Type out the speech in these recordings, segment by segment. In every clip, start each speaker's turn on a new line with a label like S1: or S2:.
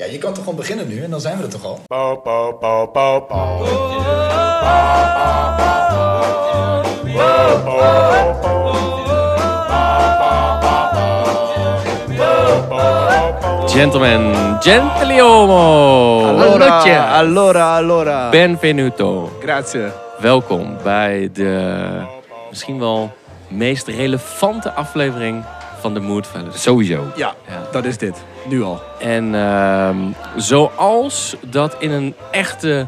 S1: Ja, je kan toch gewoon beginnen nu en dan zijn we er toch al?
S2: Bow, bow, bow, bow, bow.
S3: Gentlemen, gentleomo.
S4: Allora, allora, allora.
S3: Benvenuto.
S4: Grazie.
S3: Welkom bij de misschien wel meest relevante aflevering van de Moodfellas. Sowieso.
S4: Ja,
S3: Ja.
S4: dat is dit. Nu al.
S3: En ehm, zoals dat in een echte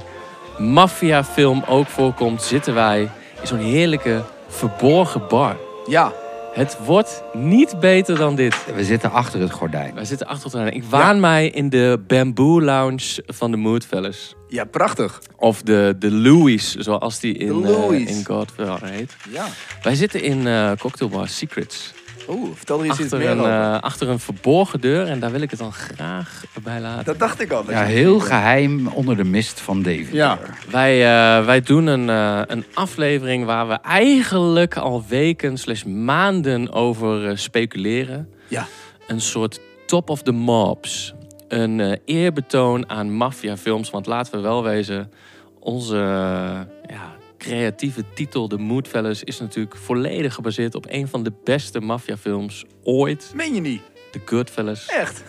S3: maffiafilm ook voorkomt, zitten wij in zo'n heerlijke verborgen bar.
S4: Ja.
S3: Het wordt niet beter dan dit.
S5: We zitten achter het gordijn.
S3: Wij zitten achter elkaar. Ik waan mij in de Bamboo Lounge van de Moodfellas.
S4: Ja, prachtig.
S3: Of de, de Louis, zoals die in,
S4: De
S3: eh,
S4: Louis.
S3: in Godfather heet.
S4: Ja.
S3: Wij zitten in eh cocktailbar Secrets.
S4: Oeh, vertel er eens iets
S3: Achter
S4: meer
S3: een,
S4: over.
S3: eh, achter een verborgen deur. En daar wil ik het dan graag bij laten.
S4: Dat dacht ik al. dat
S5: Ja,
S4: je-
S5: heel geheim onder de mist van David.
S4: Ja.
S3: Wij, eh, wij doen een, eh, een aflevering waar we eigenlijk al weken slash maanden over eh, speculeren.
S4: Ja.
S3: Een soort top of the mobs. Een eh, eerbetoon aan maffiafilms. Want laten we wel wezen, onze eh, ja, creatieve titel, The Moodfellas, is natuurlijk volledig gebaseerd op een van de beste maffiafilms ooit.
S4: Meen je niet?
S3: The Goodfellas.
S4: Echt.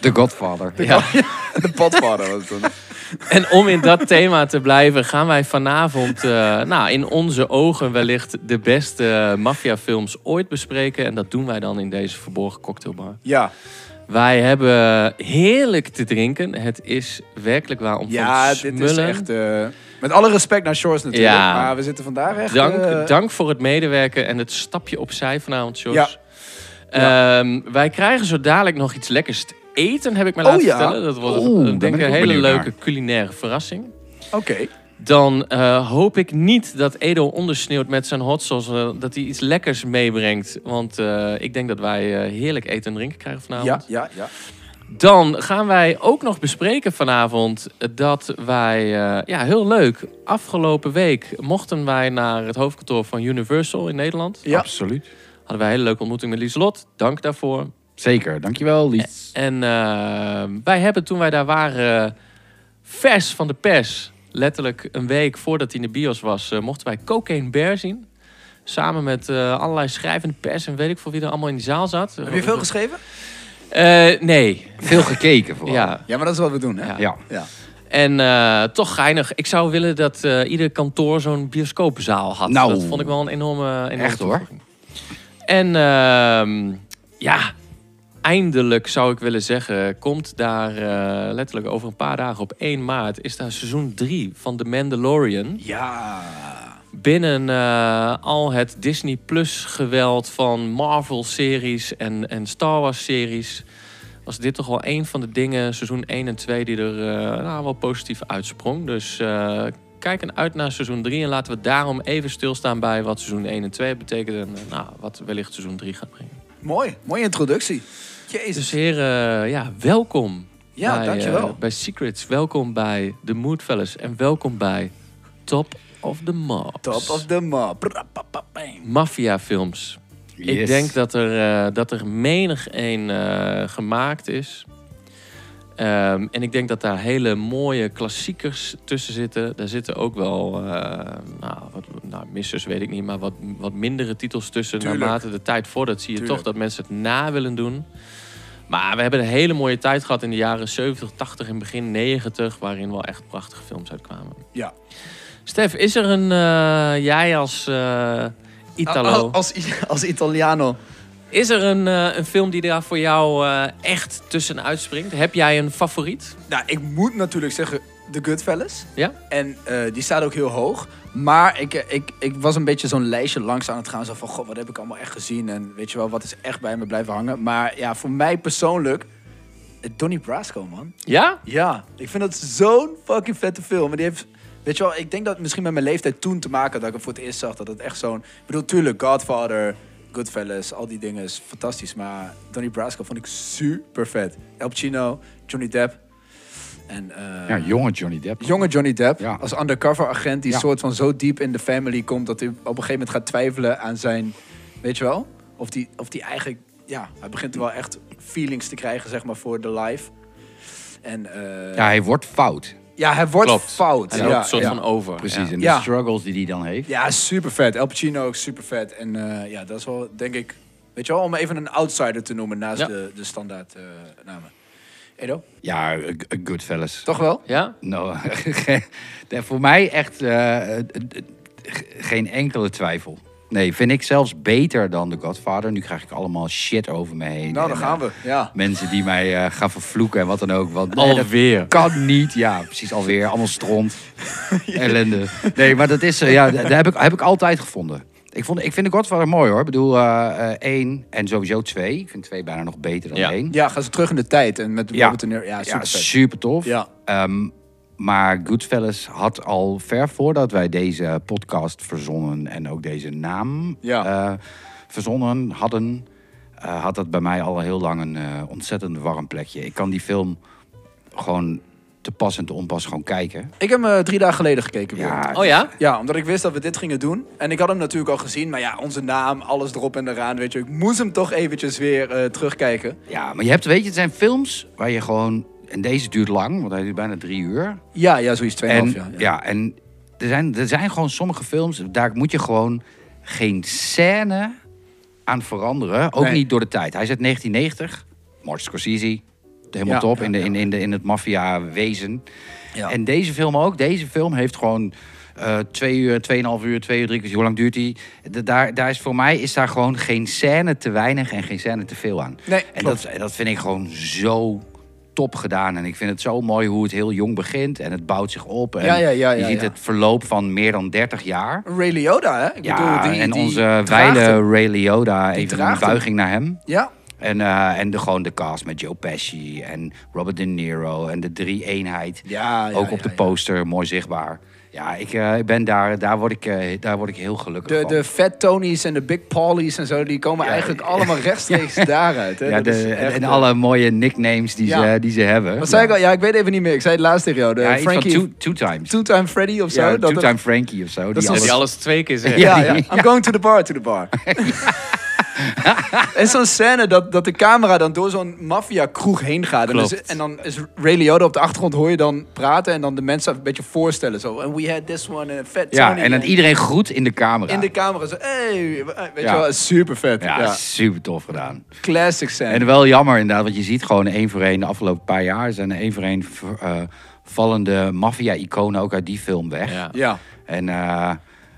S5: The Godfather.
S3: Ja.
S4: De padvader was het dan.
S3: En om in dat thema te blijven, gaan wij vanavond eh, nou, in onze ogen wellicht de beste eh, maffiafilms ooit bespreken. En dat doen wij dan in deze verborgen cocktailbar.
S4: Ja.
S3: Wij hebben heerlijk te drinken. Het is werkelijk waar om
S4: Ja,
S3: van te
S4: dit is
S3: smullen.
S4: echt... eh, met alle respect naar Shores natuurlijk.
S3: Ja.
S4: Maar we zitten vandaag echt...
S3: dank,
S4: eh,
S3: dank voor het medewerken en het stapje opzij vanavond, Jos.
S4: Ja.
S3: Ehm, wij krijgen zo dadelijk nog iets lekkers te eten, heb ik me laten
S4: Oh ja?
S3: vertellen. Dat wordt
S5: Oeh,
S3: ik
S5: daar ben
S3: denk
S5: ik
S3: ik een
S5: ook
S3: hele
S5: benieuwd naar.
S3: leuke culinaire verrassing.
S4: Oké.
S3: Dan eh, hoop ik niet dat Edo ondersneeuwt met zijn hot sauce. eh, dat hij iets lekkers meebrengt. Want eh, ik denk dat wij eh, heerlijk eten en drinken krijgen
S4: Ja,
S3: vanavond.
S4: ja, ja.
S3: Dan gaan wij ook nog bespreken vanavond eh, dat wij, eh, ja, heel leuk. Afgelopen week mochten wij naar het hoofdkantoor van Universal in Nederland.
S4: Ja.
S5: Absoluut.
S3: Hadden wij een hele leuke ontmoeting met Lieslot. Dank daarvoor.
S5: Zeker, dankjewel Lies.
S3: En eh, wij hebben toen wij daar waren, eh, vers van de pers, letterlijk een week voordat hij in de bios was, eh, mochten wij Cocaine Bear zien. Samen met eh, allerlei schrijvende pers en weet ik voor wie er allemaal in die zaal zat.
S4: Heb je veel geschreven?
S3: Eh, nee.
S5: Veel gekeken vooral.
S3: Ja.
S4: Ja, maar dat is wat we doen, hè?
S3: Ja.
S5: Ja.
S4: Ja.
S3: En eh, toch geinig. Ik zou willen dat eh, ieder kantoor zo'n bioscoopzaal had.
S5: Nou.
S3: dat vond ik wel een enorme. enorme
S5: Echt, hoor.
S3: toevoeging. En ehm, ja, eindelijk zou ik willen zeggen, komt daar eh, letterlijk over een paar dagen op 1 maart, is daar seizoen 3 van The Mandalorian.
S4: Ja.
S3: Binnen eh, al het Disney Plus geweld van Marvel series en, en Star Wars series. Was dit toch wel een van de dingen, seizoen 1 en 2, die er eh, nou, wel positief uitsprong. Dus eh kijken uit naar seizoen 3 en laten we daarom even stilstaan bij wat seizoen 1 en 2 betekent. En eh, nou, wat wellicht seizoen 3 gaat brengen.
S4: Mooi. Mooie introductie. Jezus.
S3: Dus heren, ja, welkom.
S4: Ja,
S3: bij,
S4: dankjewel.
S3: eh, bij Secrets, welkom bij The Moodfellas en welkom bij Top of the Mobs.
S4: Top of the map. Pra, pa, pa, bang.
S3: maffiafilms. Ik
S5: Yes.
S3: denk dat er, eh, dat er menig een eh, gemaakt is. Ehm, en ik denk dat daar hele mooie klassiekers tussen zitten. Daar zitten ook wel, eh, nou, wat, nou, missers weet ik niet, maar wat, wat mindere titels tussen.
S4: Tuurlijk.
S3: Naarmate de tijd vordert zie je
S4: Tuurlijk.
S3: toch dat mensen het na willen doen. Maar we hebben een hele mooie tijd gehad in de jaren 70, 80 en begin 90, waarin wel echt prachtige films uitkwamen.
S4: Ja.
S3: Stef, is er een, eh, jij als eh, Italo...
S4: Al- Nou, Als, I- als Italiano.
S3: Is er een, eh, een film die daar voor jou eh, echt tussenuit springt? Heb jij een favoriet?
S4: Nou, ik moet natuurlijk zeggen The Goodfellas.
S3: Ja?
S4: En eh, die staat ook heel hoog. Maar ik, eh, ik, ik was een beetje zo'n lijstje langs aan het gaan. Zo van, god, wat heb ik allemaal echt gezien? En weet je wel, wat is echt bij me blijven hangen? Maar ja, voor mij persoonlijk... eh, Donnie Brasco, man.
S3: Ja?
S4: Ja, ik vind dat zo'n fucking vette film. En die heeft, weet je wel, ik denk dat het misschien met mijn leeftijd toen te maken had dat ik hem voor het eerst zag. Dat het echt zo'n. Ik bedoel, tuurlijk, Godfather, Goodfellas, al die dingen is fantastisch. Maar Donnie Brasco vond ik super vet. El Pacino, Johnny Depp. En, eh,
S5: Ja, jonge Johnny Depp.
S4: Jonge Johnny Depp,
S5: Ja.
S4: als undercover agent die
S5: Ja.
S4: soort van zo diep in de family komt dat hij op een gegeven moment gaat twijfelen aan zijn, weet je wel? Of die, of die eigenlijk, ja, hij begint wel echt feelings te krijgen, zeg maar, voor de life. En, eh,
S5: Ja,
S4: ja.
S5: hij wordt fout.
S4: hij wordt
S3: Klopt.
S4: fout.
S3: Hij
S4: ja,
S3: loopt een soort
S4: ja.
S3: van over.
S5: Precies.
S3: Ja.
S5: En de
S4: Ja.
S5: struggles die hij dan heeft.
S4: Ja, super vet. El Pacino ook super vet. En eh, ja, dat is wel, denk ik, weet je wel, om even een outsider te noemen naast
S3: Ja.
S4: de, de standaard eh, namen. Edo?
S5: Ja, a- a Goodfellas.
S4: Toch wel?
S3: Ja?
S5: Nou, ge- nee, voor mij echt eh, eh, eh, ge- geen enkele twijfel. Nee, vind ik zelfs beter dan The Godfather. Nu krijg ik allemaal shit over me heen.
S4: Nou, dan
S5: En,
S4: gaan
S5: eh,
S4: we. Ja.
S5: Mensen die mij eh, gaan vervloeken en wat dan ook. Want, nee, dat
S3: Alweer.
S5: kan niet. Ja, precies, alweer. Allemaal stront. Ellende. Nee, maar dat is... eh, ja, dat heb ik, heb ik altijd gevonden. Ik, vond, ik vind The Godfather mooi, hoor. Ik bedoel, eh, eh, één en sowieso twee. Ik vind twee bijna nog beter dan
S3: Ja.
S5: één.
S4: Ja, gaan ze terug in de tijd. En met Robert De Niro. Ja, super
S5: Ja,
S4: vet.
S5: super tof.
S4: Ja.
S5: Ehm, maar Goodfellas had al ver voordat wij deze podcast verzonnen en ook deze naam
S4: Ja.
S5: eh, verzonnen hadden, eh, had dat bij mij al heel lang een eh, ontzettend warm plekje. Ik kan die film gewoon te pas en te onpas gewoon kijken.
S4: Ik heb hem eh, drie dagen geleden gekeken weer.
S5: Ja,
S3: Oh ja?
S4: Ja, omdat ik wist dat we dit gingen doen. En ik had hem natuurlijk al gezien. Maar ja, onze naam, alles erop en eraan. Weet je, ik moest hem toch eventjes weer eh, terugkijken.
S5: ja, maar je hebt, weet je, het zijn films waar je gewoon, en deze duurt lang, want hij duurt bijna drie uur.
S4: Ja, ja, zoiets.
S5: En,
S4: Tweeënhalf
S5: ja,
S4: jaar. Ja.
S5: en er zijn, er zijn gewoon sommige films, daar moet je gewoon geen scène aan veranderen. Ook
S4: Nee.
S5: niet door de tijd. Hij zit 1990, Martin Scorsese, helemaal
S4: Ja,
S5: top
S4: ja,
S5: in, de,
S4: ja.
S5: in, in, de, in het maffia-wezen.
S4: Ja.
S5: En deze film ook. Deze film heeft gewoon eh, twee uur, tweeënhalf uur, twee uur, drie kwartier. Hoe lang duurt die? Da- daar, daar is voor mij is daar gewoon geen scène te weinig en geen scène te veel aan.
S4: Nee,
S5: en
S4: klopt.
S5: dat, dat vind ik gewoon zo top gedaan. En ik vind het zo mooi hoe het heel jong begint en het bouwt zich op. En
S4: Ja, ja, ja,
S5: je
S4: ja,
S5: ziet
S4: ja.
S5: het verloop van meer dan 30 jaar.
S4: Ray Liotta, hè? Ik
S5: Ja,
S4: bedoel, die,
S5: en
S4: die
S5: onze
S4: traagte.
S5: wijle Ray Liotta, even een
S4: draagt hem.
S5: buiging naar hem.
S4: Ja,
S5: En, eh, en de, gewoon de cast met Joe Pesci en Robert De Niro en de drie-eenheid.
S4: Ja, ja,
S5: Ook op
S4: ja,
S5: de
S4: ja.
S5: poster, mooi zichtbaar. Ja, ik eh, ik ben daar, daar, word ik, eh, daar word ik heel gelukkig
S4: de,
S5: van.
S4: de Fat Tony's en de Big Paulies en zo, die komen
S5: Ja,
S4: eigenlijk
S5: ja.
S4: allemaal rechtstreeks daaruit. Hè?
S5: ja,
S4: Dat is
S5: de, en,
S4: echt,
S5: en
S4: eh,
S5: alle mooie nicknames die,
S4: Ja.
S5: ze, die ze hebben.
S4: Wat zei ik
S5: ja.
S4: al? Ja, ik weet even niet meer. Ik zei het laatst tegen jou. De
S5: Ja, iets van
S4: Frankie...
S5: two, two Times.
S4: Two Time Freddy of zo.
S5: Ja,
S4: dat
S5: two
S4: het-
S5: Time Frankie of zo.
S4: is
S5: die
S3: Dat
S5: alles-
S3: hij alles twee keer zegt.
S4: Ja,
S5: Ja,
S4: ja.
S5: ja.
S4: I'm going to the bar, to the bar. en zo'n scène dat, dat de camera dan door zo'n maffia-kroeg heen gaat. En,
S3: Klopt.
S4: dus- en dan is Ray Liotta op de achtergrond, hoor je dan praten en dan de mensen een beetje voorstellen. Zo, and we had this one, en vet
S5: ja,
S4: Tony,
S5: en dat
S4: eh,
S5: iedereen groet in de camera.
S4: In de camera zo, hey, eh, weet
S5: Ja.
S4: je wel, super vet. Ja,
S5: ja, super tof gedaan.
S4: Classic scène.
S5: En wel jammer inderdaad, want je ziet gewoon één voor één de afgelopen paar jaar zijn één voor één ver- eh, vallende maffia-iconen ook uit die film weg.
S3: Ja.
S4: ja.
S5: En eh,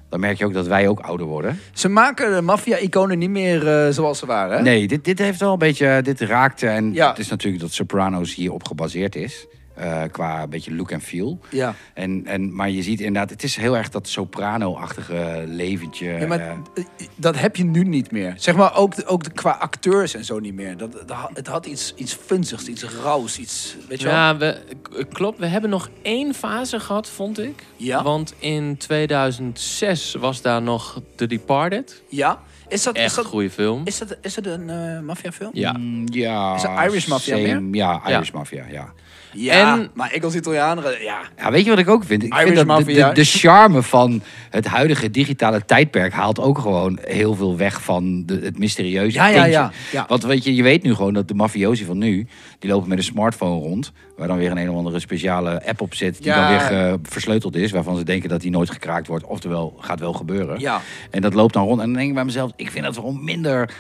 S5: dan merk je ook dat wij ook ouder worden.
S4: Ze maken de maffia-iconen niet meer eh, zoals ze waren. hè?
S5: Nee, dit, dit heeft wel een beetje, dit raakte en
S4: Ja.
S5: het is natuurlijk dat Sopranos hierop gebaseerd is. eh, qua een beetje look en feel.
S4: Ja.
S5: En, en, maar je ziet inderdaad, het is heel erg dat soprano-achtige leventje.
S4: Ja, maar
S5: eh.
S4: eh, dat heb je nu niet meer. Zeg maar ook, ook de- qua acteurs en zo niet meer. Dat, dat ha- het had iets, iets vunzigs, iets rauws, iets... Weet je wel?
S3: Ja, we, k- klopt. We hebben nog één fase gehad, vond ik.
S4: Ja.
S3: Want in 2006 was daar nog The Departed.
S4: Ja. Is dat, is
S3: Echt een
S4: dat,
S3: goede film.
S4: is dat, is dat een maffia maffiafilm?
S3: Ja.
S5: Mm, ja,
S4: Is er Irish Mafia
S5: same- Ja,
S3: Ja.
S5: Irish Mafia, ja.
S4: Ja,
S3: En-
S4: maar ik als Italianer, ja.
S5: Ja, weet je wat ik ook vind? Ik
S4: Irish
S5: vind dat de-
S4: Mafia.
S5: de, de charme van het huidige digitale tijdperk haalt ook gewoon heel veel weg van de, het mysterieuze
S4: Ja, ja,
S5: tintje.
S4: ja, ja.
S5: Want weet je, je weet nu gewoon dat de mafiosi van nu, die lopen met een smartphone rond, waar dan weer een, een of andere speciale app op zit, die
S4: Ja.
S5: dan weer eh, versleuteld is, waarvan ze denken dat die nooit gekraakt wordt. Oftewel, gaat wel gebeuren.
S4: Ja.
S5: En dat loopt dan rond. En dan denk ik bij mezelf, ik vind dat gewoon minder...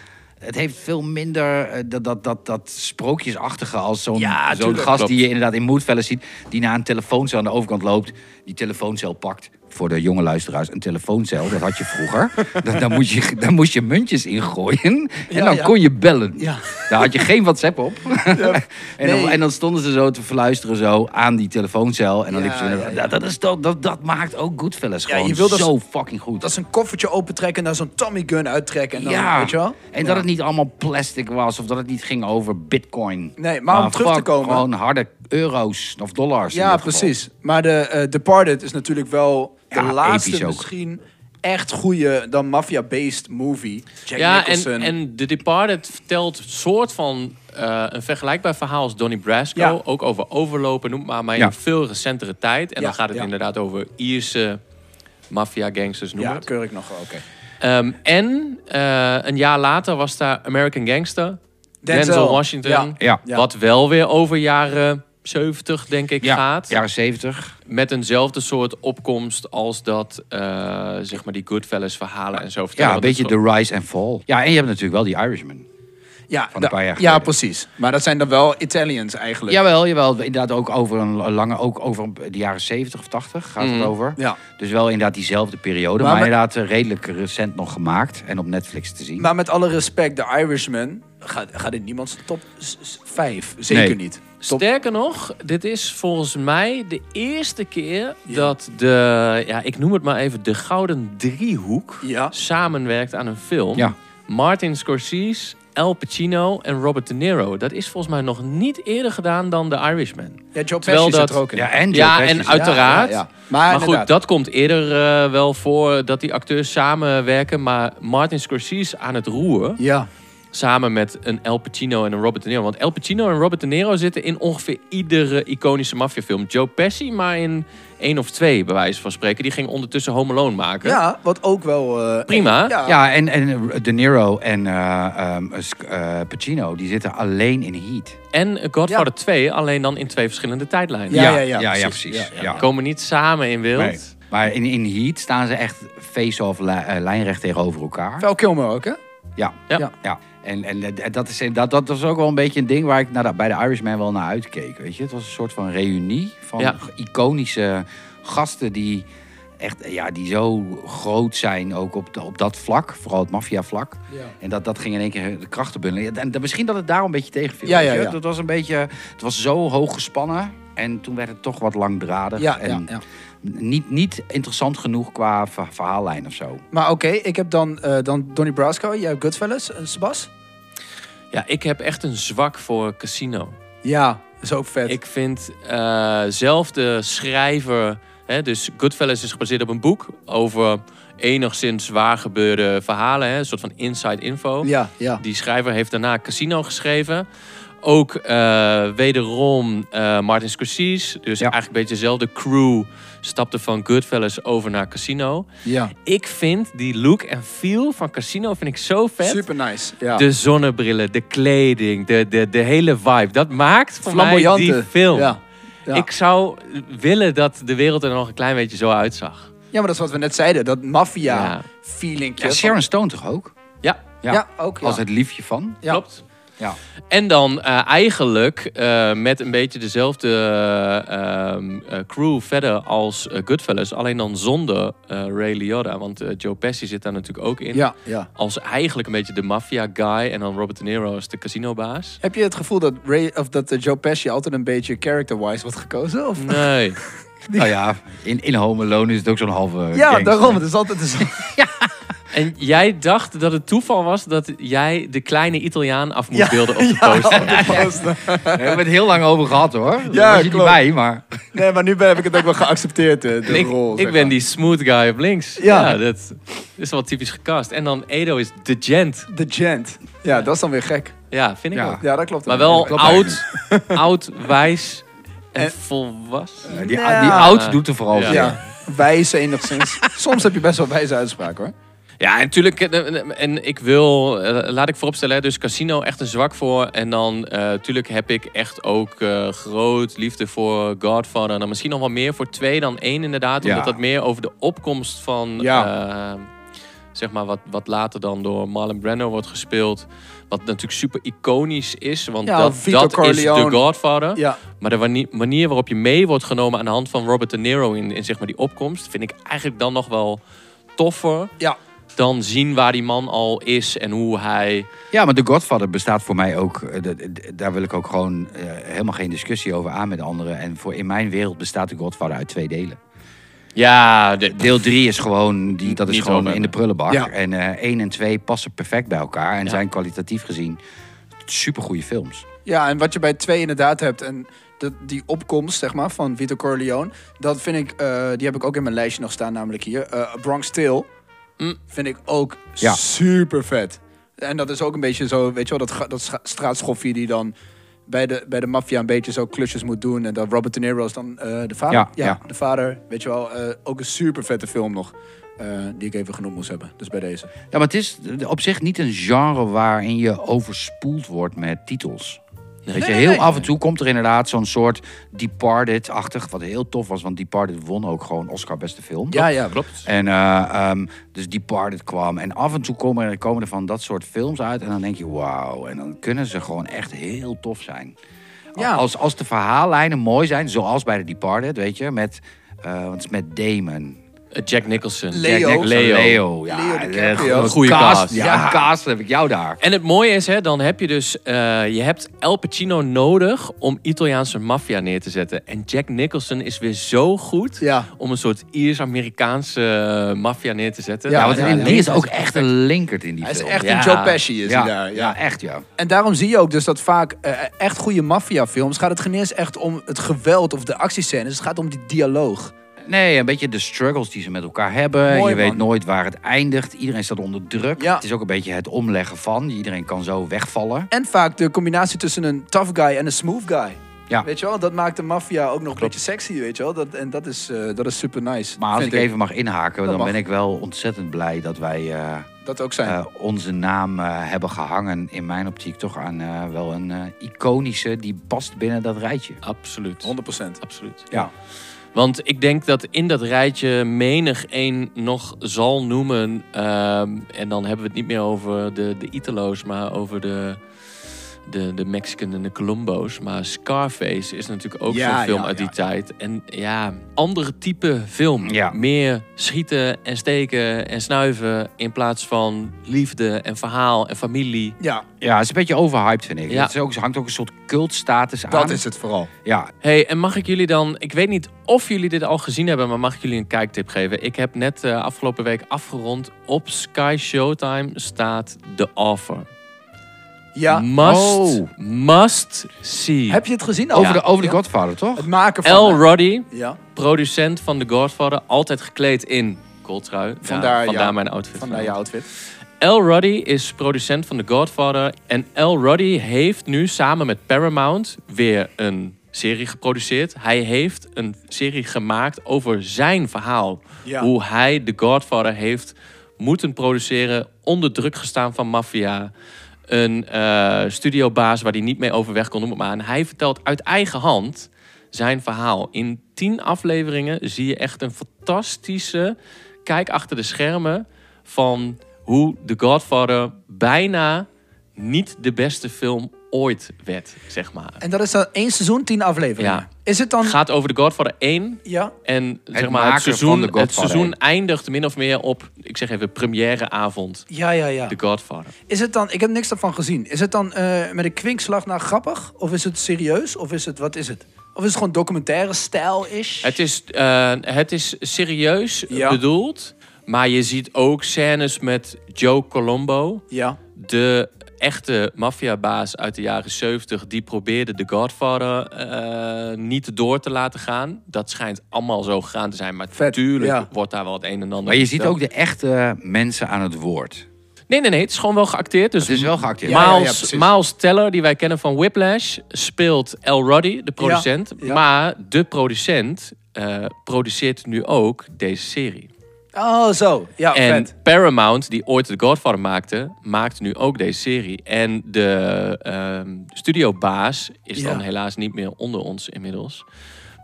S5: Het heeft veel minder eh, dat, dat, dat, dat sprookjesachtige als zo'n
S4: Ja,
S5: zo'n
S4: tuurlijk,
S5: gast
S4: klopt.
S5: die je inderdaad in Moodfellas ziet... die naar een telefooncel aan de overkant loopt, die telefooncel pakt. Voor de jonge luisteraars, een telefooncel, dat had je vroeger. Dan daar, moest je, daar moest je muntjes in gooien en
S4: Ja,
S5: dan
S4: ja.
S5: kon je bellen.
S4: Ja.
S5: Daar had je geen WhatsApp op. en,
S4: Nee.
S5: dan, en dan stonden ze zo te verluisteren zo aan die telefooncel. En dan
S4: Ja,
S5: liepen ze weer-
S4: ja, ja.
S5: Dat, dat, is toch- dat, dat maakt ook Goodfellas
S4: Ja,
S5: gewoon
S4: je wil dat-
S5: zo fucking goed.
S4: Dat ze een koffertje opentrekken en dan zo'n Tommy Gun uittrekken. En dan,
S5: ja,
S4: weet je wel?
S5: en dat het niet allemaal plastic was of dat het niet ging over bitcoin. Ah,
S4: Nee, maar om terug te
S5: fuck,
S4: komen-
S5: Gewoon harde euro's of dollars. in
S4: Ja,
S5: dit geval.
S4: precies. Maar de eh, Departed is natuurlijk wel de
S5: Ja, episch
S4: laatste
S5: ook.
S4: misschien echt goede dan mafia-based movie. Jack
S3: Ja,
S4: Nicholson.
S3: en, en The Departed vertelt soort van eh, een vergelijkbaar verhaal als Donnie Brasco.
S4: Ja.
S3: Ook over overlopen, noem maar, maar in
S5: Ja.
S3: een veel recentere tijd. En
S4: Ja,
S3: dan gaat het
S4: ja.
S3: inderdaad over Ierse maffia-gangsters, noem
S4: ja,
S3: het.
S4: keur ik nog wel, oké.
S3: Ehm, en eh, een jaar later was daar American Gangster. Denzel,
S4: Denzel.
S3: Washington.
S4: Ja.
S5: Ja.
S4: Ja.
S3: Wat wel weer over jaren 70, denk ik,
S5: ja,
S3: gaat.
S5: jaren 70.
S3: Met eenzelfde soort opkomst als dat, eh, zeg maar, die Goodfellas verhalen en zo
S5: Ja,
S3: vertellen.
S5: een beetje
S3: Dat is
S5: de rise and fall. Ja, en je hebt natuurlijk wel die Irishman.
S4: Ja,
S5: een
S4: da-
S5: paar jaar
S4: ja,
S5: geleden.
S4: precies. Maar dat zijn dan wel Italians eigenlijk.
S5: Jawel, jawel. Inderdaad ook over een lange, ook over de jaren 70 of 80 gaat het over.
S4: Ja.
S5: Dus wel inderdaad diezelfde periode, maar,
S4: Maar met-
S5: inderdaad eh, redelijk recent nog gemaakt en op Netflix te zien.
S4: Maar met alle respect, de Irishman gaat, gaat in niemands top 5. Zeker
S5: Nee.
S4: niet.
S3: toch-
S4: Top,
S3: Sterker nog, dit is volgens mij de eerste keer dat de, ja, ik noem het maar even, de Gouden Driehoek
S4: ja.
S3: samenwerkt aan een film.
S5: Ja.
S3: Martin Scorsese, Al Pacino en Robert De Niro. Dat is volgens mij nog niet eerder gedaan dan The Irishman.
S4: ja, Joe
S3: Terwijl
S4: Pesci zit
S3: dat-
S4: er ook in.
S5: Ja, en Joe
S3: ja,
S5: Pesci.
S3: en uiteraard.
S4: Ja, ja, ja. Maar
S3: Maar,
S4: inderdaad.
S3: goed, dat komt eerder eh, wel voor dat die acteurs samenwerken. Maar Martin Scorsese aan het roer.
S4: Ja.
S3: Samen met een Al Pacino en een Robert De Niro. Want Al Pacino en Robert De Niro zitten in ongeveer iedere iconische maffiafilm. Joe Pesci maar in één of twee, bij wijze van spreken. Die ging ondertussen Home Alone maken.
S4: ja, wat ook wel... eh,
S3: Prima.
S4: Ja.
S5: Ja, en, en De Niro en eh, ehm, Sc- eh, Pacino, die zitten alleen in Heat.
S3: En Godfather 2, alleen dan in twee verschillende tijdlijnen.
S4: Ja, ja, ja,
S5: ja, ja,
S4: precies.
S5: precies.
S4: Ja,
S5: Ja.
S3: Komen niet samen in beeld.
S5: Nee. Maar in, in Heat staan ze echt face-off, li- eh, lijnrecht tegenover elkaar.
S4: Val Kilmer ook, hè?
S5: Ja.
S3: Ja.
S4: Ja.
S5: Ja, en, en eh, dat, is, dat, dat was ook wel een beetje een ding waar ik naar de- bij de Irishman wel naar uitkeek. Weet je? Het was een soort van reunie van
S3: Ja.
S5: iconische gasten die echt eh, ja, die zo groot zijn ook op, de- op dat vlak, vooral het maffiavlak. En dat, dat ging in één keer de krachten bundelen. En dan- misschien dat het daar een beetje tegenviel.
S4: Ja,
S5: weet
S4: ja,
S5: je?
S4: ja.
S5: Dat was een beetje, het was zo hoog gespannen en toen werd het toch wat langdradig.
S4: Ja,
S5: en
S4: ja, ja.
S5: Niet, niet interessant genoeg qua ver- verhaallijn of zo.
S4: Maar oké, ik heb dan, eh, dan Donnie Brasco. Jij hebt Goodfellas, eh, Sebas?
S3: Ja, ik heb echt een zwak voor Casino.
S4: Ja, dat is ook vet.
S3: Ik vind eh, zelf de schrijver... Hè, dus Goodfellas is gebaseerd op een boek over enigszins waar gebeurde verhalen. Hè, een soort van inside info.
S4: ja, ja.
S3: Die schrijver heeft daarna Casino geschreven. Ook eh, wederom eh, Martin Scorsese. Dus
S5: Ja.
S3: eigenlijk een beetje dezelfde crew stapte van Goodfellas over naar Casino.
S4: ja.
S3: Ik vind die look en feel van Casino vind ik zo vet. Dus
S4: Super nice. Ja.
S3: De zonnebrillen, de kleding, de, de, de hele vibe. Dat maakt voor mij
S4: Flamboyante.
S3: die film.
S4: Ja. Ja.
S3: Ik zou willen dat de wereld er nog een klein beetje zo uitzag.
S4: ja, maar dat is wat we net zeiden. Dat
S3: Ja.
S4: maffia-feeling.
S5: Ja, Sharon Stone toch ook?
S3: Ja,
S4: Ja, ook. Ja.
S5: Als het liefje van.
S4: Ja.
S3: klopt.
S5: Ja.
S3: En dan eh, eigenlijk eh, met een beetje dezelfde eh, ehm, eh, crew verder als eh, Goodfellas. Alleen dan zonder eh, Ray Liotta. Want eh, Joe Pesci zit daar natuurlijk ook in.
S4: Ja, ja.
S3: Als eigenlijk een beetje de mafia guy. En dan Robert De Niro als de casinobaas.
S4: Heb je het gevoel dat, Ray, of dat eh, Joe Pesci altijd een beetje character-wise wordt gekozen? Of?
S3: Nee.
S5: Nou ja, in, in Home Alone is het ook zo'n halve
S4: Ja,
S5: gangster.
S4: daarom. Het is altijd een...
S3: En jij dacht dat het toeval was dat jij de kleine Italiaan af moest beelden op de poster.
S5: Daar hebben we het heel lang over gehad hoor. Daar
S4: Ja,
S5: was je niet
S4: klopt.
S5: bij, maar...
S4: Nee, maar nu ben, heb ik het ook wel geaccepteerd, eh, de
S3: En ik,
S4: rol.
S3: ik
S4: zeg
S3: ben
S4: maar.
S3: die smooth guy op links.
S4: Ja.
S3: Ja. dat is wel typisch gecast. En dan Edo is de gent.
S4: De gent. Ja, dat is dan weer gek.
S3: Ja, vind ik
S5: Ja.
S3: ook.
S4: Ja, dat klopt.
S3: Maar wel
S5: klopt
S3: oud, oud, wijs en, volwassen.
S5: eh, Die, die
S4: Ja.
S5: oud doet er vooral
S3: Ja.
S5: voor.
S4: Ja, wijs enigszins. Soms heb je best wel wijze uitspraken, hoor.
S3: Ja, en natuurlijk. eh, En, en ik wil, eh, laat ik vooropstellen, hè, dus Casino echt een zwak voor. En dan natuurlijk heb ik echt ook eh, groot liefde voor Godfather. En dan misschien nog wel meer voor twee dan één inderdaad.
S5: Ja.
S3: Omdat dat meer over de opkomst van,
S4: Ja.
S3: eh, zeg maar, wat, wat later dan door Marlon Brando wordt gespeeld. Wat natuurlijk super iconisch is, want
S4: Ja,
S3: dat,
S4: Vito
S3: dat is de
S4: Corleone.
S3: Godfather.
S4: Ja.
S3: Maar de wani- manier waarop je mee wordt genomen aan de hand van Robert De Niro in, in zeg maar die opkomst, vind ik eigenlijk dan nog wel toffer
S4: Ja.
S3: dan zien waar die man al is en hoe hij.
S5: Ja, maar The Godfather bestaat voor mij ook... eh, dat- dat- Daar wil ik ook gewoon eh, helemaal geen discussie over aan met anderen. En voor, in mijn wereld bestaat The Godfather uit twee delen.
S3: Ja, de,
S5: Deel 3 is gewoon, die, dat is
S3: Niet
S5: gewoon
S3: over
S5: in de prullenbak.
S4: Ja.
S5: En eh 1 en 2 passen perfect bij elkaar. En zijn kwalitatief gezien supergoeie films.
S4: Ja, en wat je bij twee inderdaad hebt, en dat die opkomst zeg maar, van Vito Corleone, dat vind ik, eh, die heb ik ook in mijn lijstje nog staan, namelijk hier. eh Bronx Tale
S3: Mm.
S4: vind ik ook
S5: Ja.
S4: super vet. En dat is ook een beetje zo, weet je wel, dat, ga- dat scha- straatschoffie die dan bij de, bij de maffia een beetje zo klusjes moet doen. En dat Robert De Niro is dan eh, de vader.
S5: Ja, ja.
S4: de vader, weet je wel. eh, ook een super vette film nog, eh, die ik even genoemd moest hebben. Dus bij deze.
S5: Ja, maar het is op zich niet een genre waarin je overspoeld wordt met titels. Weet
S4: Nee,
S5: je,
S4: nee,
S5: heel
S4: nee.
S5: af en toe komt er inderdaad zo'n soort Departed-achtig, wat heel tof was, want Departed won ook gewoon Oscar beste film.
S4: Ja, ja, klopt.
S5: En eh, ehm, dus Departed kwam. En af en toe komen er, komen er van dat soort films uit. En dan denk je, wauw. En dan kunnen ze gewoon echt heel tof zijn.
S4: Ja.
S5: Als, als de verhaallijnen mooi zijn, zoals bij de Departed, weet je. Met, eh, want het is met Damon.
S3: Eh, Jack Nicholson.
S4: Leo.
S3: Jack Nicholson,
S5: Leo.
S3: Leo.
S5: ja.
S4: Leo
S5: eh,
S4: DiCaprio.
S5: gewoon
S3: Goeie cast,
S5: Ja,
S3: ja.
S5: cast heb ik jou daar.
S3: En het mooie is, hè, dan heb je dus... eh, je hebt El Pacino nodig om Italiaanse maffia neer te zetten. En Jack Nicholson is weer zo goed...
S4: Ja.
S3: om een soort Iers-Amerikaanse eh, maffia neer te zetten.
S5: Ja,
S3: Nou,
S5: want
S4: ja,
S5: in-
S4: ja.
S5: die is ook echt een linkerd in die
S4: Hij is
S5: film.
S4: echt
S3: Ja.
S4: een Joe Pesci, is
S5: ja,
S4: hij daar. Ja.
S5: ja, echt ja.
S4: En daarom zie je ook dus dat vaak eh, echt goede maffiafilms... gaat het geen eens echt om het geweld of de actiescènes. Het gaat om die dialoog.
S5: Nee, een beetje de struggles die ze met elkaar hebben.
S4: Mooi,
S5: je weet
S4: man.
S5: nooit waar het eindigt. Iedereen staat onder druk.
S4: Ja.
S5: Het is ook een beetje het omleggen van. Iedereen kan zo wegvallen.
S4: En vaak de combinatie tussen een tough guy en een smooth guy.
S5: Ja.
S4: Weet je wel, dat maakt de maffia ook nog een beetje sexy, weet je wel. Dat, en dat is, eh, dat is super nice.
S5: Maar als ik
S4: vind
S5: even mag inhaken, dan
S4: mag.
S5: ben ik wel ontzettend blij dat wij eh,
S4: Dat ook zijn.
S5: eh, onze naam eh, hebben gehangen. In mijn optiek toch aan eh, wel een eh, iconische die past binnen dat rijtje.
S3: Absoluut.
S4: 100%.
S3: Absoluut.
S5: Ja.
S3: Want ik denk dat in dat rijtje menig één nog zal noemen. ehm, en dan hebben we het niet meer over de, de Italo's, maar over de, de, de Mexican en de Colombo's. Maar Scarface is natuurlijk ook
S4: Ja,
S3: zo'n film
S4: ja,
S3: uit die
S4: ja.
S3: tijd. En ja, andere type film.
S5: Ja.
S3: Meer schieten en steken en snuiven in plaats van liefde en verhaal en familie.
S4: Ja,
S5: Ja, het is een beetje overhyped vind ik.
S3: Ja.
S5: Het is ook, hangt ook een soort cultstatus aan.
S4: dat is het vooral.
S5: Ja,
S3: Hey, en mag ik jullie dan, ik weet niet of jullie dit al gezien hebben, maar mag ik jullie een kijktip geven? Ik heb net eh, afgelopen week afgerond. Op Sky Showtime staat The Offer.
S4: Ja.
S3: Must,
S5: Oh.
S3: must see.
S4: Heb je het gezien al?
S5: over, de, over de
S4: Oh, Ja.
S5: Godfather toch?
S4: Het maken van...
S3: L. Roddy,
S4: Ja,
S3: producent van The Godfather, altijd gekleed in kooltrui.
S4: Vandaar, ja.
S3: vandaar mijn outfit.
S4: vandaar je outfit.
S3: L. Ruddy is producent van The Godfather. En L. Ruddy heeft nu samen met Paramount weer een serie geproduceerd. Hij heeft een serie gemaakt over zijn verhaal.
S4: Ja.
S3: Hoe hij The Godfather heeft moeten produceren, onder druk gestaan van maffia. Een eh, studiobaas waar hij niet mee overweg kon. Maar en hij vertelt uit eigen hand zijn verhaal. In tien afleveringen zie je echt een fantastische kijk achter de schermen van hoe The Godfather bijna niet de beste film ooit werd, zeg maar.
S4: En dat is dan één seizoen, tien afleveringen.
S3: Ja.
S4: Is het dan...
S3: Het gaat over The Godfather 1
S4: Ja.
S3: en zeg maar,
S5: maken
S3: het,
S5: van The
S3: seizoen, het
S5: Godfather
S3: seizoen
S5: 1.
S3: eindigt min of meer op, ik zeg even, premièreavond
S4: Ja, ja, ja.
S3: The Godfather.
S4: Is het dan... Ik heb niks daarvan gezien. Is het dan eh, met een kwinkslag naar grappig? Of is het serieus? Of is het... Wat is het? Of is het gewoon documentaire stijl-ish?
S3: Het is, eh, het is serieus
S4: Ja.
S3: bedoeld, maar je ziet ook scènes met Joe Colombo,
S4: Ja.
S3: de echte maffiabaas uit de jaren 70, die probeerde The Godfather eh, niet door te laten gaan. Dat schijnt allemaal zo gegaan te zijn, maar
S4: Vet,
S3: natuurlijk
S4: ja.
S3: wordt daar wel het een en ander.
S5: Maar je ziet
S3: verteld.
S5: ook de echte mensen aan het woord.
S3: Nee, nee, nee, het is gewoon wel geacteerd. Dus
S5: Het is wel geacteerd.
S4: Ja, ja, ja,
S3: Miles,
S4: precies.
S3: Miles Teller, die wij kennen van Whiplash, speelt El Ruddy, de producent.
S4: Ja, ja.
S3: Maar de producent eh, produceert nu ook deze serie.
S4: Oh, zo. Ja,
S3: en
S4: vet.
S3: Paramount, die ooit The Godfather maakte, maakt nu ook deze serie. En de ehm, studiobaas is
S4: Ja.
S3: dan helaas niet meer onder ons inmiddels.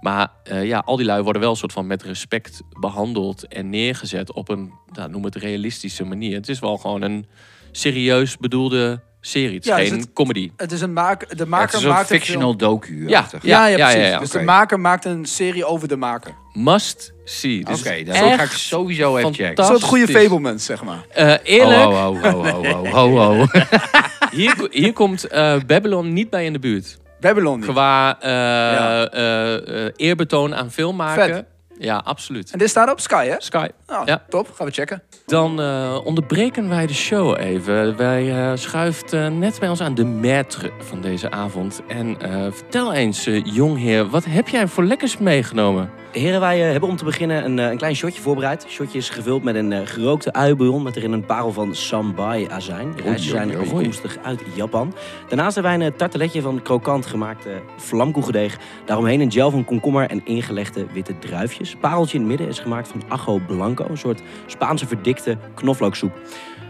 S3: Maar eh, ja, al die lui worden wel soort van met respect behandeld en neergezet op een, nou, noem het realistische manier. Het is wel gewoon een serieus bedoelde serie. Het is
S4: Ja, dus
S3: geen
S4: het-
S3: comedy.
S4: Het is een maker... De
S5: Ja, het
S4: maker
S5: is een soort
S4: maakt een film.
S5: fictional docu.
S3: Ja,
S5: achtig.
S4: Ja, ja,
S3: Ja, ja,
S4: precies.
S3: ja,
S4: Dus
S5: oké.
S4: de maker maakt een serie over de maker.
S3: Must see.
S5: Oké,
S3: Dus
S5: dan
S3: echt-
S5: ga ik sowieso even checken.
S4: Een soort
S3: Fantastisch.
S4: goede Fablemans, zeg maar.
S3: eh, eerlijk,
S5: Ho, ho, ho, ho, ho, ho, ho.
S3: Hier, hier komt eh, Babylon niet bij in de buurt.
S4: Babylon. niet.
S3: Qua eh,
S4: Ja.
S3: eh, eh, eerbetoon aan film maken.
S4: Vet.
S3: Ja, absoluut.
S4: En dit staat op Sky, hè?
S3: Sky.
S4: Nou,
S3: Ja.
S4: top. Gaan we checken.
S3: Dan eh, onderbreken wij de show even. Wij eh, schuift eh, net bij ons aan de maître van deze avond. En eh, vertel eens, eh, jongheer, wat heb jij voor lekkers meegenomen?
S6: Heren, wij eh, hebben om te beginnen een, eh, een klein shotje voorbereid. Het shotje is gevuld met een eh, gerookte uienbron met erin een parel van sambai azijn. De rijstjes
S5: oei,
S6: zijn
S5: oei.
S6: afkomstig uit Japan. Daarnaast hebben wij een eh, tarteletje van krokant gemaakte vlamkoegedeeg. Daaromheen een gel van komkommer en ingelegde witte druifjes. Pareltje in het midden is gemaakt van ajo blanco, een soort Spaanse verdikte knoflooksoep.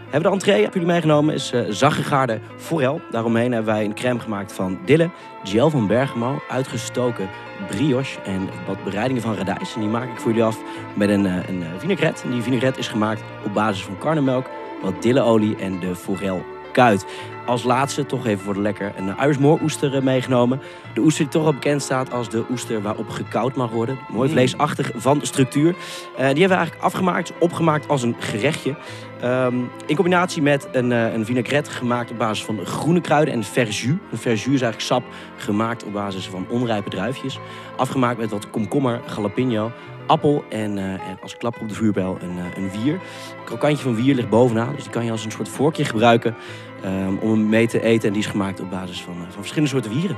S6: hebben de entree, hebben jullie meegenomen, is eh zaggegaarde forel. Daaromheen hebben wij een crème gemaakt van dille, gel van bergamo, uitgestoken brioche en wat bereidingen van radijs. En die maak ik voor jullie af met een, eh, een eh, vinaigrette. En die vinaigrette is gemaakt op basis van karnemelk, wat dilleolie en de forel kuit. Als laatste, toch even voor de lekker, een eh, uiersmooroester eh, meegenomen. De oester die toch al bekend staat als de oester waarop gekoud mag worden. Mooi vleesachtig van structuur. Eh, die hebben we eigenlijk afgemaakt, opgemaakt als een gerechtje. Ehm, in combinatie met een, eh een vinaigrette gemaakt op basis van groene kruiden en verjus. Een verjus is eigenlijk sap gemaakt op basis van onrijpe druifjes. Afgemaakt met wat komkommer, jalapeno, appel en, eh, en als klap op de vuurbel een, eh, een wier. Het krokantje van wier ligt bovenaan, dus die kan je als een soort vorkje gebruiken ehm, om hem mee te eten. En die is gemaakt op basis van, eh, van verschillende soorten wieren.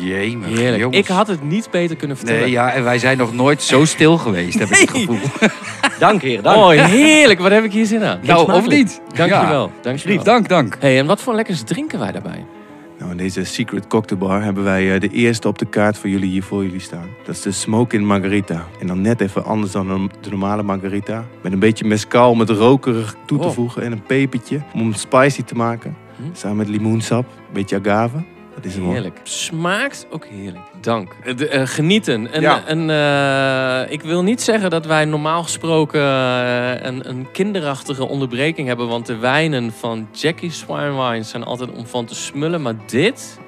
S5: Jemig,
S3: Heerlijk.
S5: jongens.
S3: Ik had het niet beter kunnen vertellen.
S5: Nee, ja, en wij zijn nog nooit zo stil geweest, heb ik het gevoel.
S6: Dank heren, dank.
S3: Oh, heerlijk. Wat heb ik hier zin aan?
S5: Nou, of
S3: Smakelijk.
S5: niet?
S3: Dankjewel. Dankjewel.
S5: Alsjeblieft, dank, dank.
S3: Hey, en wat voor lekkers drinken wij daarbij?
S7: Nou, in deze Secret Cocktail Bar hebben wij eh, de eerste op de kaart voor jullie hier voor jullie staan. Dat is de Smoking Margarita. En dan net even anders dan een- de normale margarita. Met een beetje mescal om het rokerig toe te
S3: Oh.
S7: voegen en een pepertje om het spicy te maken.
S3: Hm.
S7: Samen met limoensap, een beetje agave. Dat is hem hoor.
S3: Heerlijk. Smaakt ook heerlijk. Dank. Eh, de- eh, genieten. En,
S7: Ja.
S3: en, eh, ik wil niet zeggen dat wij normaal gesproken eh, een, een kinderachtige onderbreking hebben. Want de wijnen van Jackie Swine Wines zijn altijd om van te smullen. Maar dit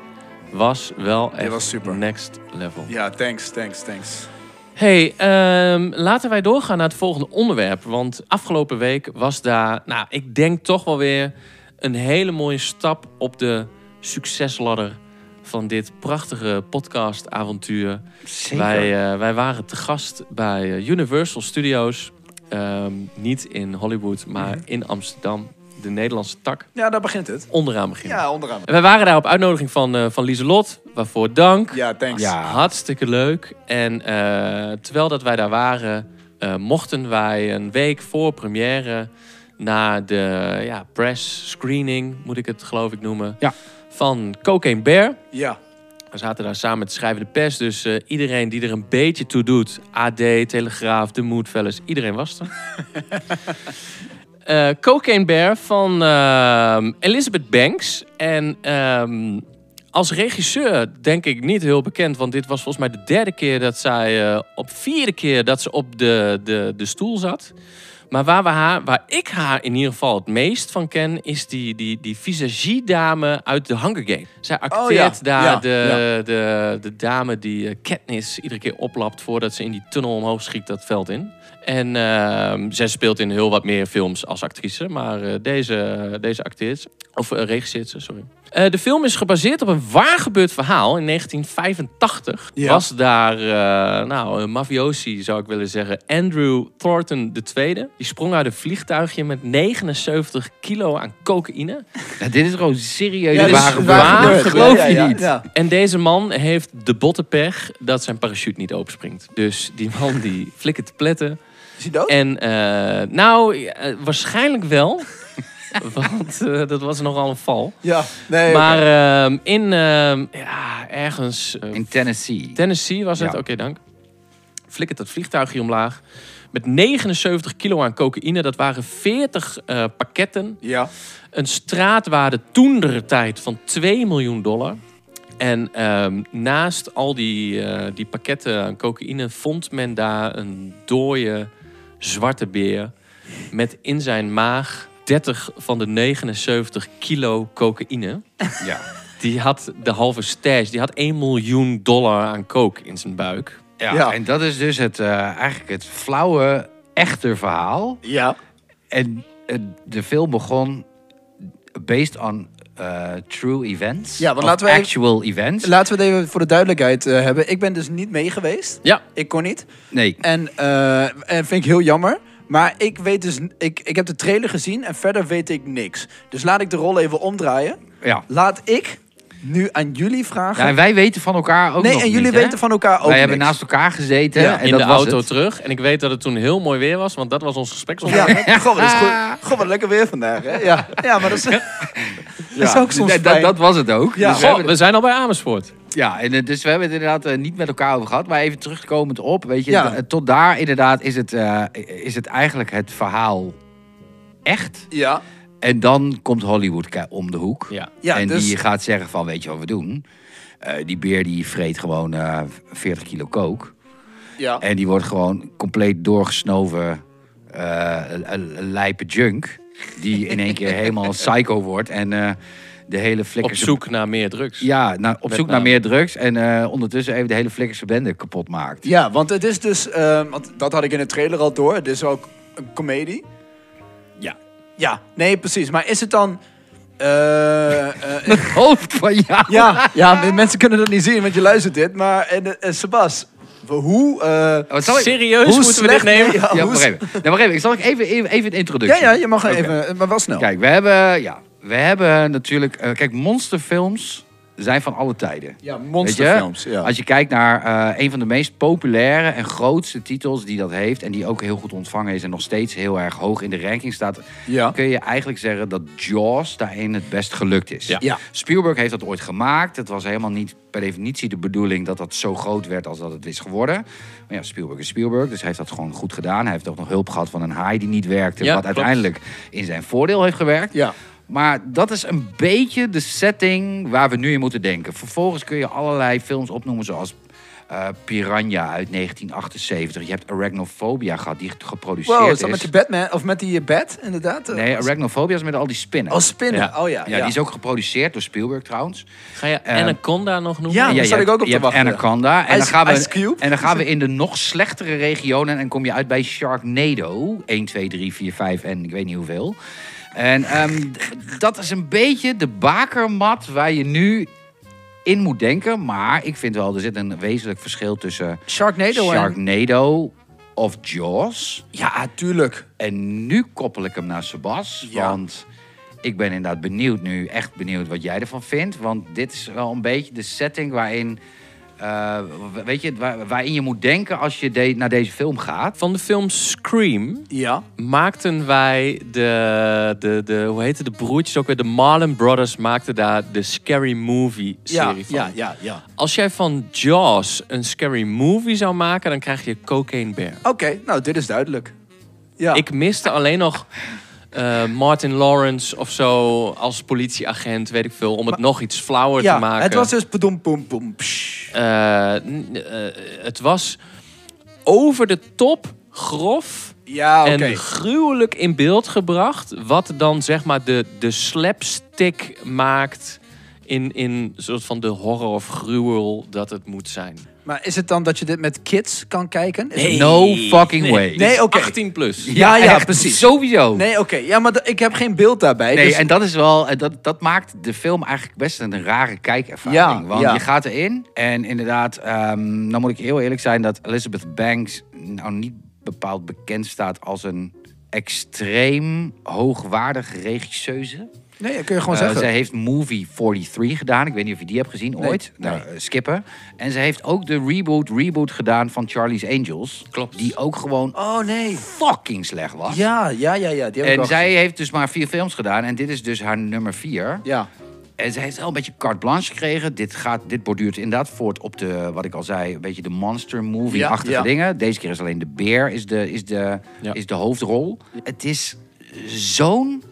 S3: was wel echt
S4: was super.
S3: next level.
S4: Ja, thanks, thanks, thanks.
S3: Hey, ehm, laten wij doorgaan naar het volgende onderwerp. Want afgelopen week was daar, nou, ik denk toch wel weer een hele mooie stap op de succesladder van dit prachtige podcastavontuur. Wij, eh, wij waren te gast bij eh, Universal Studios. Ehm, niet in Hollywood, maar in Amsterdam. De Nederlandse tak.
S4: Ja, daar begint het.
S3: Onderaan beginnen.
S4: Ja, onderaan.
S3: En wij waren daar op uitnodiging van, eh van Lieselot. Waarvoor dank.
S4: Ja, thanks.
S5: Ja,
S3: Hartstikke leuk. En eh, terwijl dat wij daar waren, eh, mochten wij een week voor première naar de ja, press screening, moet ik het geloof ik noemen,
S5: Ja.
S3: van Cocaine Bear.
S4: Ja.
S3: We zaten daar samen met de schrijvende pers, dus eh, iedereen die er een beetje toe doet, AD, Telegraaf, De Moodfellas, iedereen was er. Eh Cocaine Bear van ehm, Elizabeth Banks. En ehm, als regisseur denk ik niet heel bekend, want dit was volgens mij de derde keer dat zij, eh, op vierde keer dat ze op de, de, de stoel zat. Maar waar, we haar, waar ik haar in ieder geval het meest van ken, is die, die, die visagiedame uit de Hunger Games. Zij acteert daar
S4: Oh ja,
S3: de, De, de dame die eh, Katniss iedere keer oplapt voordat ze in die tunnel omhoog schiet dat veld in. En ehm, zij speelt in heel wat meer films als actrice, maar eh, deze, deze acteert ze. Of eh, regisseert ze, sorry. Eh, de film is gebaseerd op een waargebeurd verhaal. In 1985
S4: Ja.
S3: was daar, eh, nou, een mafiosi zou ik willen zeggen, Andrew Thornton II. Die sprong uit een vliegtuigje met 79 kilo aan cocaïne.
S5: Nou, dit is gewoon serieus
S4: Ja, dit is
S5: waar gebeurd.
S3: waar
S5: Waar
S3: gebeurd.
S5: geloof
S4: Ja,
S5: je
S4: ja,
S5: niet?
S4: Ja.
S3: En deze man heeft de bottenpech dat zijn parachute niet openspringt. Dus die man die flikkert te pletten.
S4: Is hij dood?
S3: En eh, nou, eh, waarschijnlijk wel. Want eh, dat was nogal een val.
S4: Ja. Nee,
S3: Maar ehm, in ehm, ja, ergens eh,
S5: In Tennessee.
S3: Tennessee was het.
S5: Ja.
S3: Oké, dank. Flikkert dat vliegtuigje omlaag. Met 79 kilo aan cocaïne. Dat waren 40 eh, pakketten.
S4: Ja.
S3: Een straatwaarde toen der tijd van 2 miljoen dollar. En ehm, naast al die, eh, die pakketten aan cocaïne vond men daar een dode zwarte beer. Met in zijn maag 30 van de 79 kilo cocaïne.
S5: Ja.
S3: Die had de halve stash. Die had 1 miljoen dollar aan coke in zijn buik.
S5: Ja.
S4: Ja.
S5: En dat is dus het, eh, eigenlijk het flauwe, echte verhaal.
S4: Ja.
S5: En eh, de film begon based on eh, true events.
S4: Ja, want
S5: Of
S4: laten we even-
S5: Actual events.
S4: Laten we het even voor de duidelijkheid eh, hebben. Ik ben dus niet mee geweest.
S3: Ja.
S4: Ik kon niet.
S5: nee.
S4: En, eh, en vind ik heel jammer. Maar ik weet dus, ik, ik heb de trailer gezien en verder weet ik niks. Dus laat ik de rol even omdraaien.
S5: Ja.
S4: Laat ik nu aan jullie vragen.
S5: ja. En wij weten van elkaar ook
S4: nee,
S5: nog
S4: en jullie
S5: niet, hè?
S4: weten van elkaar ook
S5: Wij hebben
S4: niks.
S5: naast elkaar gezeten.
S4: Ja.
S5: en
S3: in
S5: dat
S3: de
S5: was
S3: auto
S5: het.
S3: terug. En ik weet dat het toen heel mooi weer was. Want dat was ons
S4: Ja,
S3: gespreksonderwerp.
S4: god, wat is goed. God, wat lekker weer vandaag, hè? Ja, ja maar dat is, dat is ook soms
S5: Dat- dat,
S4: fijn.
S5: dat was het ook.
S4: Ja.
S5: Dus we
S3: Goh,
S5: hebben-
S3: we zijn al bij Amersfoort.
S5: Ja, en, eh, dus we hebben het inderdaad eh, niet met elkaar over gehad. Maar even terugkomend op, weet je,
S4: Ja.
S5: d- eh, tot daar inderdaad is het, eh, is het eigenlijk het verhaal echt.
S4: Ja,
S5: En dan komt Hollywood ki- om de hoek.
S3: Ja.
S4: Ja,
S5: en
S4: dus-
S5: die gaat zeggen van, weet je wat we doen? Eh, die beer die vreet gewoon eh 40 kilo kook.
S4: Ja.
S5: En die wordt gewoon compleet doorgesnoven eh, een- een- een lijpe junk. Die in één keer helemaal psycho wordt. En eh, de hele
S3: Op
S5: flikkerse...
S3: zoek naar meer drugs.
S5: Ja, nou, op
S3: Met
S5: zoek naar
S3: name.
S5: meer drugs. En eh, ondertussen even de hele flikkerse bende kapot maakt.
S4: Ja, want het is dus, ehm, want dat had ik in de trailer al door, het is ook een comedie.
S5: Ja.
S4: Ja, nee, precies. Maar is het dan... eh, eh,
S5: Hoofd van jou.
S4: ja, ja, m- mensen kunnen dat niet zien, want je luistert dit. Maar en, eh, eh, Sebas, w- hoe... eh,
S5: Wat zal ik-
S3: Serieus
S4: hoe
S3: moeten we dit
S4: slecht-
S3: nemen?
S4: Ja,
S5: Ja,
S4: hoe
S5: maar
S4: s-
S5: even. Nou, maar even. Ik zal ik even, even, even een
S4: ja,
S5: introductie.
S4: ja, je mag
S5: Oké.
S4: even, eh, maar wel snel.
S5: Kijk, we hebben, ja, we hebben natuurlijk... eh, kijk, monsterfilms zijn van alle tijden.
S4: ja,
S5: Weet je? Als je kijkt naar eh, een van de meest populaire en grootste titels die dat heeft... en die ook heel goed ontvangen is en nog steeds heel erg hoog in de ranking staat...
S4: Ja.
S5: kun je eigenlijk zeggen dat Jaws daarin het best gelukt is.
S3: Ja.
S4: Ja.
S5: Spielberg heeft dat ooit gemaakt. Het was helemaal niet per definitie de bedoeling dat dat zo groot werd als dat het is geworden. Maar ja, Spielberg is Spielberg, dus hij heeft dat gewoon goed gedaan. Hij heeft ook nog hulp gehad van een haai die niet werkte,
S3: Ja,
S5: wat
S3: klopt.
S5: uiteindelijk in zijn voordeel heeft gewerkt.
S4: Ja.
S5: Maar dat is een beetje de setting waar we nu in moeten denken. Vervolgens kun je allerlei films opnoemen zoals eh, Piranha uit 1978. Je hebt Arachnophobia gehad, die geproduceerd
S4: Wow, is dat met die
S5: is.
S4: Batman, of met die bed, inderdaad?
S5: Nee, Arachnophobia is met al die spinnen.
S4: Als spinnen,
S3: Ja.
S4: oh ja.
S5: ja, die is ook geproduceerd door Spielberg trouwens.
S3: Ga je
S5: Ehm,
S3: Anaconda nog noemen?
S4: ja, daar
S5: je
S4: zat ik
S5: hebt-
S4: ook op
S5: je
S4: te
S5: hebt
S4: wachten.
S5: Anaconda. En,
S4: Ice-
S5: dan gaan we,
S4: Ice Cube.
S5: en dan gaan we in de nog slechtere regionen. En kom je uit bij Sharknado. 1, 2, 3, 4, 5 en ik weet niet hoeveel. En ehm, d- dat is een beetje de bakermat waar je nu in moet denken. Maar ik vind wel, er zit een wezenlijk verschil tussen
S4: Sharknado. en-
S5: Sharknado of Jaws.
S4: Ja, ah, tuurlijk.
S5: En nu koppel ik hem naar Sebas.
S4: Ja.
S5: Want ik ben inderdaad benieuwd nu, echt benieuwd wat jij ervan vindt. Want dit is wel een beetje de setting waarin, eh, w- weet je, waar- waarin je moet denken als je de- naar deze film gaat.
S3: Van de film Scream
S4: Ja.
S3: maakten wij de, de, de hoe heette de broertjes ook weer? De Marlon Brothers maakten daar de Scary Movie
S4: Ja,
S3: serie van.
S4: ja, ja, ja.
S3: Als jij van Jaws een Scary Movie zou maken, dan krijg je Cocaine Bear.
S4: Oké, nou, dit is duidelijk. Ja.
S3: Ik miste alleen nog eh, Martin Lawrence of zo als politieagent, weet ik veel, om het nog iets flauwer
S4: ja,
S3: te maken.
S4: het was dus padom pom pom. psh.
S3: Eh, n- eh, het was over de top, grof
S4: Ja, Ah, oké.
S3: en gruwelijk in beeld gebracht. Wat dan zeg maar de, de slapstick maakt in, in soort van de horror of gruwel dat het moet zijn.
S4: Maar is het dan dat je dit met kids kan kijken? Is het-
S5: No fucking way.
S4: Nee,
S3: Dit is
S4: oké.
S3: 18 plus.
S4: Ja, ja,
S5: echt,
S4: precies.
S5: Sowieso.
S4: Nee, oké. Ja, maar d- ik heb geen beeld daarbij.
S5: Nee,
S4: dus-
S5: en dat is wel, en dat, dat maakt de film eigenlijk best een rare kijkervaring.
S4: Ja,
S5: want
S4: ja.
S5: je gaat erin en inderdaad, ehm dan moet ik heel eerlijk zijn dat Elizabeth Banks nou niet bepaald bekend staat als een extreem hoogwaardige regisseuse.
S4: Nee, dat kun je gewoon
S5: Eh,
S4: zeggen.
S5: zij heeft Movie 43 gedaan. Ik weet niet of je die hebt gezien ooit. Nou, eh, skippen. En ze heeft ook de reboot, reboot gedaan van Charlie's Angels.
S3: Klopt.
S5: Die ook gewoon
S4: Oh, nee.
S5: fucking slecht was.
S4: Ja, ja, ja, ja. Die heb ik
S5: En
S4: wel
S5: zij
S4: gezien.
S5: heeft dus maar vier films gedaan. En dit is dus haar nummer vier.
S4: Ja.
S5: En ze heeft wel een beetje carte blanche gekregen. Dit, gaat, dit borduurt inderdaad voort op de, wat ik al zei, een beetje de monster movie-achtige
S4: Ja, ja.
S5: dingen. Deze keer is alleen de beer is de, is de,
S3: Ja.
S5: is de hoofdrol. Het is zo'n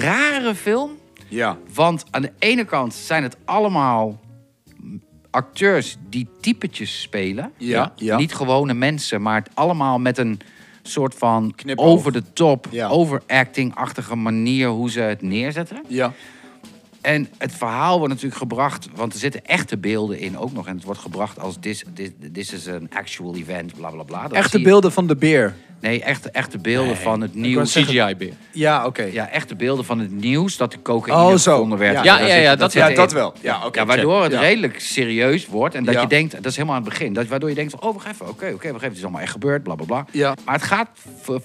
S5: rare film.
S4: Ja.
S5: Want aan de ene kant zijn het allemaal acteurs die typetjes spelen.
S4: Ja, ja.
S5: Niet gewone mensen, maar het allemaal met een soort van
S4: Knipoog.
S5: over de top,
S4: Ja.
S5: overacting-achtige manier hoe ze het neerzetten.
S4: Ja.
S5: En het verhaal wordt natuurlijk gebracht, want er zitten echte beelden in ook nog. En het wordt gebracht als this, this, this is an actual event, bla bla bla. Dat zie
S4: Echte
S5: je-
S4: beelden van de beer.
S5: Nee, echte, echte beelden van het
S3: Een
S5: nieuws.
S3: CGI-beer.
S4: Ja, oké.
S5: Ja, echte beelden van het nieuws dat de cocaïne
S4: Oh, zo.
S5: gevonden werd.
S4: Ja.
S5: Daar
S3: Ja, ja,
S5: zit-
S3: ja, dat-
S5: zit
S3: ja,
S5: erin.
S4: dat wel. Ja, oké,
S5: ja, waardoor het
S4: check. Ja.
S5: redelijk serieus wordt. En dat
S4: Ja.
S5: je denkt, dat is helemaal aan het begin. Dat, waardoor je denkt, van, oh, wacht even, oké, oké, wacht even, het is allemaal echt gebeurd, bla bla bla.
S4: Ja.
S5: Maar het gaat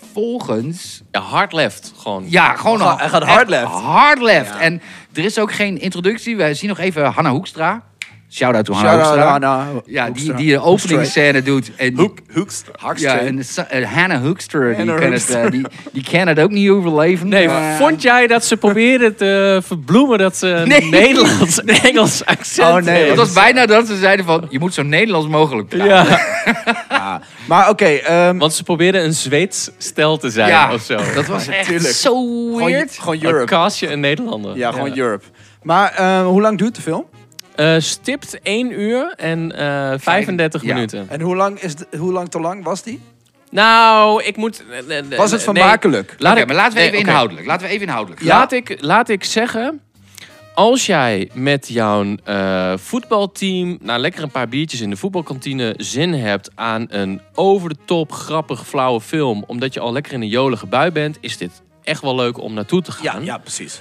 S5: vervolgens
S3: Ja, hard left gewoon.
S5: ja, gewoon
S4: Hij gaat-
S5: al-
S4: hij gaat
S5: echt
S4: hard left.
S5: Hard left. En er is ook geen introductie. We zien nog even Hanna Hoekstra. Shout-out to Hanna
S4: Shout-out
S5: Hoekstra.
S4: Hanna
S5: ja,
S4: Hoekstra.
S5: die, die de openingsscène doet. En,
S4: Hoek, hoekst.
S5: ja, en Sa- eh, Hanna Hoekstra, die,
S4: Hanna
S5: kan het,
S4: Hoekstra.
S5: eh, die, die kan het ook niet overleven. Eh,
S3: Nee,
S5: Maar-
S3: maar vond jij dat ze probeerden te verbloemen dat ze een
S5: Nee.
S3: Nederlands en Engels accent
S4: Oh, nee.
S5: Het
S3: hebben?
S5: was bijna dat ze zeiden van, je moet zo Nederlands mogelijk praten.
S3: Ja.
S4: Ja, maar oké. ehm,
S3: Want ze probeerden een Zweeds stel te zijn
S5: Ja,
S3: of zo.
S5: dat was echt
S4: Tuurlijk.
S5: zo
S4: gewoon-
S5: weird. Oh,
S4: Gewoon
S3: Een
S4: Europe.
S3: kastje een Nederlander.
S4: Ja, gewoon Europe. Maar ehm, hoe lang duurt de film?
S3: Eh, stipt 1 uur en eh 35
S5: Ja.
S3: minuten.
S4: En hoe lang, is de- hoe lang te lang was die?
S3: Nou, ik moet... eh, eh,
S4: Was het
S3: eh,
S4: vermakelijk?
S3: Nee. Laat
S5: Oké,
S3: ik-
S5: maar laten we
S3: nee,
S5: even
S3: oké.
S5: inhoudelijk. Laten we even inhoudelijk. gaan.
S3: Laat, ik, laat ik zeggen, als jij met jouw eh, voetbalteam... nou, lekker een paar biertjes in de voetbalkantine zin hebt... aan een over-de-top, grappig, flauwe film... omdat je al lekker in een jolige bui bent... is dit echt wel leuk om naartoe te gaan.
S4: precies.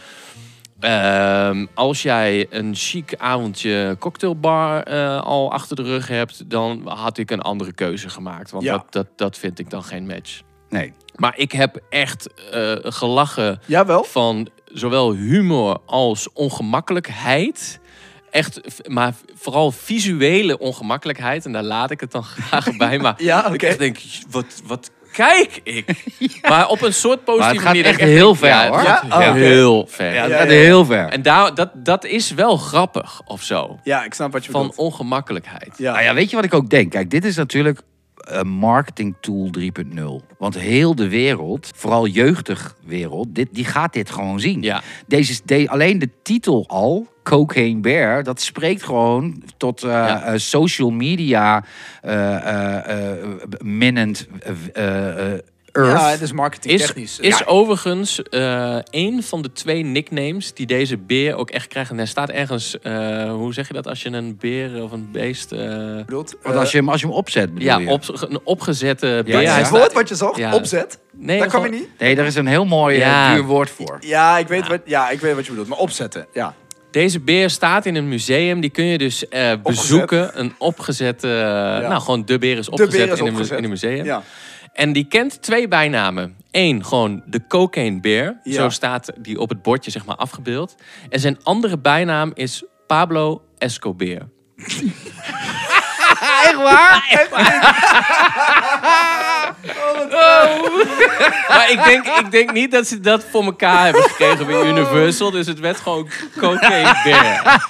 S3: Ehm, als jij een chic avondje cocktailbar eh, al achter de rug hebt, dan had ik een andere keuze gemaakt. Want
S4: Ja.
S3: dat, dat, dat vind ik dan geen match.
S5: Nee.
S3: Maar ik heb echt eh, gelachen
S4: Jawel.
S3: van zowel humor als ongemakkelijkheid. Echt, v- maar vooral visuele ongemakkelijkheid. En daar laat ik het dan graag bij. Maar
S4: Ja, oké.
S3: ik echt denk, wat, wat kijk ik? Maar op een soort positieve
S5: Maar het gaat
S3: manier. dat
S5: echt
S3: ik
S5: heel
S3: denk,
S5: ver,
S3: ja,
S5: hoor.
S3: het gaat
S4: Ja? Oh, oké.
S3: Heel ver.
S5: Ja, dat
S4: Ja,
S5: gaat
S4: ja, ja.
S5: heel ver.
S3: En daar, dat, dat is wel grappig of zo.
S4: Ja, ik snap wat je
S3: Van
S4: bedoelt.
S3: ongemakkelijkheid.
S4: Ja.
S5: Nou ja, weet je wat ik ook denk? Kijk, dit is natuurlijk een marketing tool 3.0. Want heel de wereld, vooral jeugdig wereld, dit, die gaat dit gewoon zien.
S3: Ja.
S5: Deze, de, alleen de titel al, Cocaine Bear, dat spreekt gewoon tot eh,
S3: Ja.
S5: eh, social media eh eh, eh, minnend eh, eh, earth.
S4: Ja, dus, het is marketing
S3: Is,
S4: technisch. eh,
S3: is overigens eh een van de twee nicknames die deze beer ook echt krijgt. En er staat ergens, eh, hoe zeg je dat, als je een beer of een beest... eh,
S4: bedoelt,
S5: Want als je hem, als je hem opzet, bedoel
S3: ja,
S5: je?
S3: op, een opgezette beer.
S5: Ja,
S4: is
S3: Hij
S4: het
S5: staat-
S4: woord wat je zocht?
S3: Ja.
S4: Opzet?
S3: Nee,
S4: Daar kwam je
S3: gewoon-
S4: niet?
S5: Nee, daar is een heel mooi eh,
S3: Ja.
S5: duur woord voor.
S4: Ja ik, weet Wat, ja, ik weet wat je bedoelt. Maar opzetten, ja.
S3: Deze beer staat in een museum. Die kun je dus eh, bezoeken. Een opgezette... eh, Nou, gewoon de beer is
S4: beer
S3: opgezet,
S4: is
S3: in, Een, mu-
S4: opgezet.
S3: in een museum.
S4: Ja.
S3: En die kent twee bijnamen. Eén, gewoon de cocaine beer.
S4: Ja.
S3: Zo staat die op het bordje, zeg maar, afgebeeld. En zijn andere bijnaam is Pablo Escobar.
S5: Echt waar? Oh,
S3: Maar ik denk, ik denk niet dat ze dat voor elkaar hebben gekregen bij Universal. Dus het werd gewoon cocaine beer.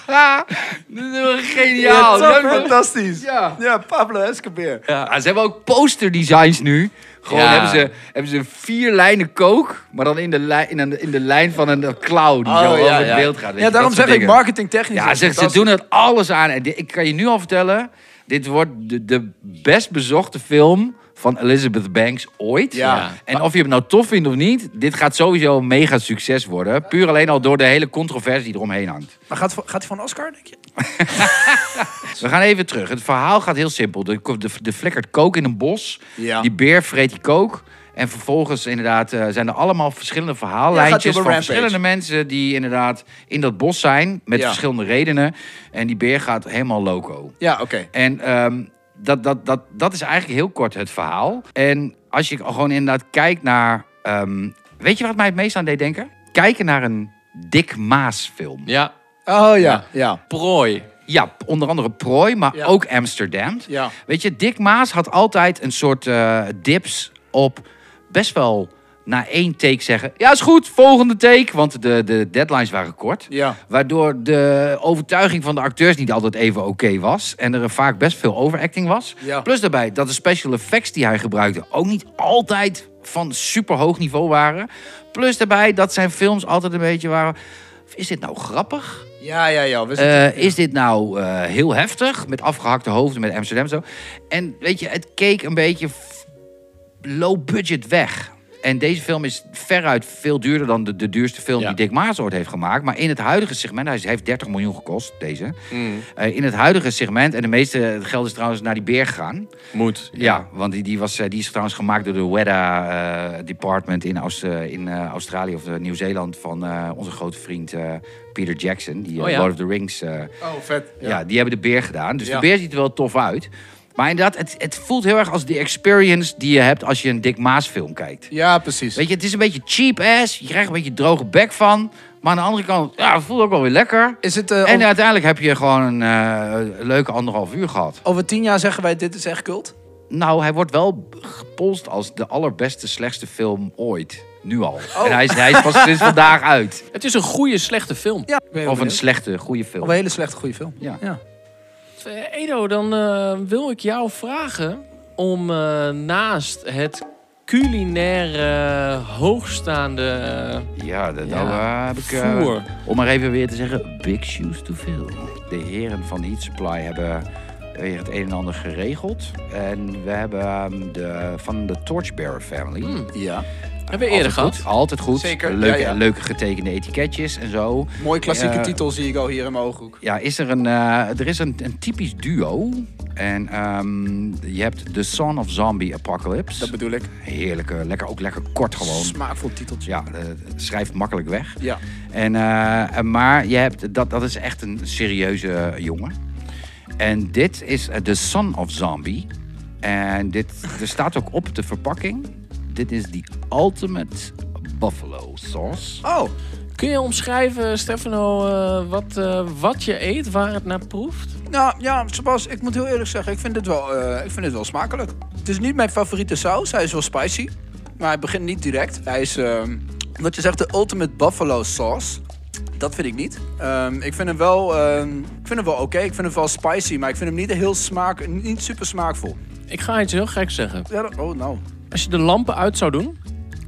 S5: Geniaal.
S4: Top,
S5: leuk, man.
S4: fantastisch.
S5: Ja.
S4: Ja. Pablo Escobar.
S5: Ja, Ah, ze hebben ook posterdesigns nu. Gewoon
S3: Ja.
S5: hebben, ze, hebben ze vier lijnen kook, maar dan in de, lijn in een- in de lijn van een clown die
S4: Oh,
S5: zo
S4: ja,
S5: over het
S4: ja.
S5: beeld gaat. weet
S4: Ja, daarom
S5: je, dat soort
S4: zeg ik
S5: dingen.
S4: marketing technisch.
S5: Ja, zeg, ze doen het alles aan. En di- ik kan je nu al vertellen, dit wordt de, de best bezochte film van Elizabeth Banks ooit.
S4: Ja.
S3: Ja.
S5: En of je het nou tof vindt of niet, dit gaat sowieso een mega succes worden. Puur alleen al door de hele controversie die eromheen hangt.
S4: Maar gaat, gaat hij van Oscar, denk je?
S5: We gaan even terug. Het verhaal gaat heel simpel. De, de, de flikkert kook in een bos.
S4: Ja.
S5: Die beer vreet die kook. En vervolgens inderdaad eh, zijn er allemaal verschillende
S4: Ja,
S5: verhaallijntjes
S4: gaat hij op
S5: van
S4: een rampage.
S5: verschillende mensen die inderdaad in dat bos zijn met
S4: Ja.
S5: verschillende redenen. En die beer gaat helemaal loco.
S4: Ja, oké.
S5: En ehm, dat, dat, dat, dat is eigenlijk heel kort het verhaal. En als je gewoon inderdaad kijkt naar... ehm, weet je wat mij het meest aan deed denken? Kijken naar een Dick Maas film.
S3: Ja,
S4: Oh ja, ja.
S3: prooi.
S5: Ja, onder andere Prooi, maar
S4: Ja.
S5: ook Amsterdam.
S4: Ja.
S5: Weet je, Dick Maas had altijd een soort eh, dips op best wel na één take zeggen... Ja, is goed, volgende take. Want de, de deadlines waren kort.
S4: Ja.
S5: Waardoor de overtuiging van de acteurs niet altijd even oké was. En er vaak best veel overacting was.
S4: Ja.
S5: Plus daarbij dat de special effects die hij gebruikte... ook niet altijd van superhoog niveau waren. Plus daarbij dat zijn films altijd een beetje waren... Is dit nou grappig?
S4: Ja, ja, ja. we zitten-
S5: Eh, is dit nou eh, heel heftig? Met afgehakte hoofden, met Amsterdam zo. En weet je, het keek een beetje f- low budget weg. En deze film is veruit veel duurder dan de, de duurste film
S3: Ja.
S5: die Dick Maas ooit heeft gemaakt. Maar in het huidige segment, hij heeft 30 miljoen gekost, deze.
S3: Mm.
S5: Eh, in het huidige segment, en de meeste geld is trouwens naar die beer gegaan.
S3: Moet.
S5: Ja, want die, die, was, eh, die is trouwens gemaakt door de WEDA eh, Department in, Aus- eh, in eh, Australië of eh, Nieuw-Zeeland van eh, onze grote vriend eh, Peter Jackson, die eh,
S3: Oh ja.
S5: Lord of the Rings. eh,
S4: Oh, vet.
S5: ja. die hebben de beer gedaan. Dus
S4: Ja.
S5: de beer ziet er wel tof uit. Maar inderdaad, het, het voelt heel erg als de experience die je hebt als je een Dick Maas film kijkt.
S4: Ja, precies.
S5: Weet je, het is een beetje cheap ass. Je krijgt een beetje droge bek van. Maar aan de andere kant, ja, het voelt ook wel weer lekker.
S4: Is het, eh,
S5: En
S4: over,
S5: uiteindelijk heb je gewoon een eh, leuke anderhalf uur gehad.
S4: over tien jaar zeggen wij dit is echt cult?
S5: Nou, hij wordt wel gepolst als de allerbeste, slechtste film ooit. Nu al.
S4: Oh.
S5: En hij is, hij is pas sinds vandaag uit.
S3: Het is een goede, slechte film.
S4: Ja.
S5: Of een slechte, goede film.
S4: Of een hele slechte goede film.
S5: Ja.
S3: Eh, Edo, dan eh, wil ik jou vragen om eh, naast het culinaire eh, hoogstaande eh,
S5: Ja, dat
S3: Ja.
S5: nou, eh, heb ik... eh,
S3: voer.
S5: om maar even weer te zeggen, big shoes to fill. De heren van Heat Supply hebben weer het een en ander geregeld. En we hebben ehm, de, van de Torchbearer family.
S3: Hmm,
S4: Ja.
S3: hebben we eerder
S5: Altijd goed,
S3: gehad.
S5: Altijd goed.
S4: Zeker,
S5: Leuke,
S4: ja, ja.
S5: leuke getekende etiketjes en zo.
S4: Mooi klassieke
S5: Eh,
S4: titel zie ik al hier in mijn ooghoek.
S5: Ja, is er een, eh, er is een, een typisch duo. En ehm, je hebt The Son of Zombie
S4: Dat
S5: Apocalypse.
S4: bedoel ik.
S5: Heerlijke, lekker, ook lekker kort gewoon.
S4: Smaakvol titeltje.
S5: Ja, eh, schrijft makkelijk weg.
S4: Ja.
S5: En, eh, en maar je hebt, dat, dat is echt een serieuze jongen. En dit is eh, The Son of Zombie. En dit, er staat ook op de verpakking. Dit is de Ultimate Buffalo Sauce.
S4: Oh,
S3: Kun je omschrijven, Stefano, eh, wat, eh, wat je eet, waar het naar proeft?
S4: nou ja, Sebas, ik moet heel eerlijk zeggen, ik vind dit wel, eh, ik vind dit wel smakelijk. Het is niet mijn favoriete saus, hij is wel spicy. Maar hij begint niet direct. Hij is, ehm, wat je zegt, de ultimate buffalo sauce. Dat vind ik niet. Ehm, ik vind hem wel, ehm, ik vind hem wel oké. Ik vind hem wel spicy, maar ik vind hem niet heel smaak, niet super smaakvol.
S3: Ik ga iets heel geks zeggen.
S4: Ja, dat- oh nou.
S3: Als je de lampen uit zou doen,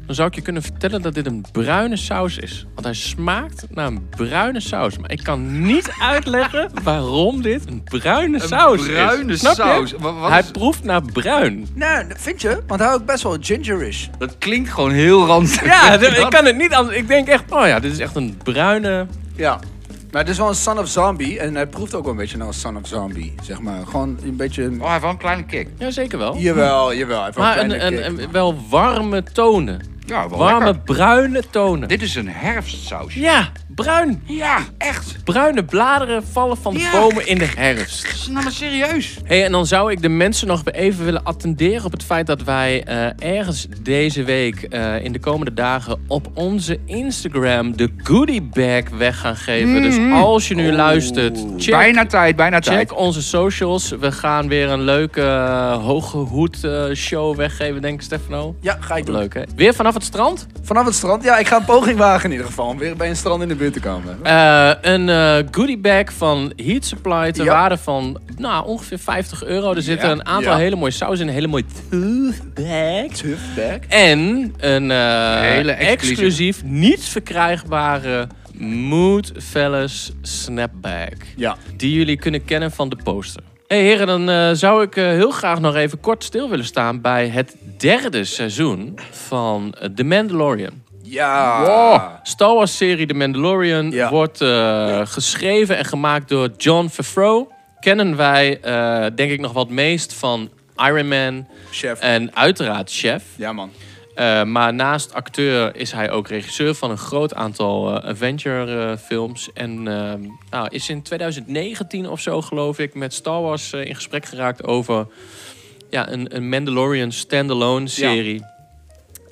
S3: dan zou ik je kunnen vertellen dat dit een bruine saus is. Want hij smaakt naar een bruine saus. Maar ik kan niet uitleggen waarom dit een bruine saus is.
S8: bruine
S3: Snap je?
S8: saus. Wa- wat
S3: hij
S8: is-
S3: proeft naar bruin.
S4: Nee, dat vind je? Want hij ook best wel gingerish.
S8: Dat klinkt gewoon heel ranzig.
S3: Ja, d-
S5: Oh,
S3: ik kan het niet anders. Ik denk echt, oh ja, dit is echt een bruine...
S4: Ja. Maar het is wel een son of zombie. En hij proeft ook wel een beetje naar een son of zombie. Zeg maar, gewoon een beetje...
S5: Oh, hij heeft wel een kleine kick.
S3: Ja, zeker wel.
S4: Jawel, jawel. Hij heeft wel
S3: maar
S4: een
S3: een,
S4: kleine
S3: een,
S4: kick.
S3: een- wel warme tonen.
S5: Ja, wel
S3: Warme,
S5: lekker.
S3: bruine tonen.
S5: Dit is een herfstsausje.
S3: Ja, bruin.
S5: Ja, echt.
S3: Bruine bladeren vallen van de
S5: Ja.
S3: bomen in de herfst.
S5: Nou, maar serieus.
S3: Hey, en dan zou ik de mensen nog even willen attenderen op het feit dat wij eh, ergens deze week, eh, in de komende dagen, op onze Instagram de goodie bag weg gaan geven.
S4: Mm-hmm.
S3: Dus als je nu
S4: Oh.
S3: luistert, check,
S5: Bijna tijd, bijna tijd.
S3: check onze socials. We gaan weer een leuke eh, hoge hoed eh, show weggeven, denk ik, Stefano.
S4: Ja, ga ik doen.
S3: Leuk, hè? Weer vanaf het strand?
S4: Vanaf het strand? Ja, ik ga een poging wagen in ieder geval. Om weer bij een strand in de buurt te komen.
S3: Eh, een eh goodie bag van Heat Supply ter
S4: Ja.
S3: waarde van nou, ongeveer 50 euro. Er zitten een aantal
S4: Ja.
S3: hele mooie sausen in, een hele mooie bags.
S4: Tuffback.
S3: En een eh,
S5: Hele exclusieve.
S3: exclusief, niet verkrijgbare Mood Fellas Snapback.
S4: Ja.
S3: Die jullie kunnen kennen van de poster. Hé hey heren, dan eh, zou ik eh, heel graag nog even kort stil willen staan bij het derde seizoen van eh, The Mandalorian. Ah.
S4: Ja.
S3: Star Wars serie The Mandalorian
S4: Oh. Ja.
S3: wordt eh, geschreven en gemaakt door John Favreau. Kennen wij eh, denk ik nog wat meest van Iron Man
S4: Chef.
S3: en uiteraard Chef.
S4: Ja, man.
S3: Eh, maar naast acteur is hij ook regisseur van een groot aantal eh, Avenger-films. en ehm, nou, is in 2019 of zo, geloof ik, met Star Wars eh, in gesprek geraakt over ja, een, een Mandalorian standalone serie.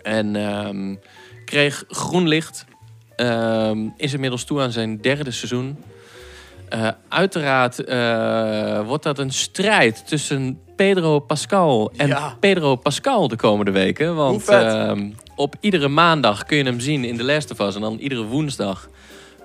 S3: En ehm, kreeg groen licht. Ehm, is inmiddels toe aan zijn derde seizoen. Eh, uiteraard eh, wordt dat een strijd tussen Pedro Pascal en
S4: Ja.
S3: Pedro Pascal de komende weken.
S4: Hoe
S3: Want
S4: vet.
S3: ehm, op iedere maandag kun je hem zien in The Last of Us. En dan iedere woensdag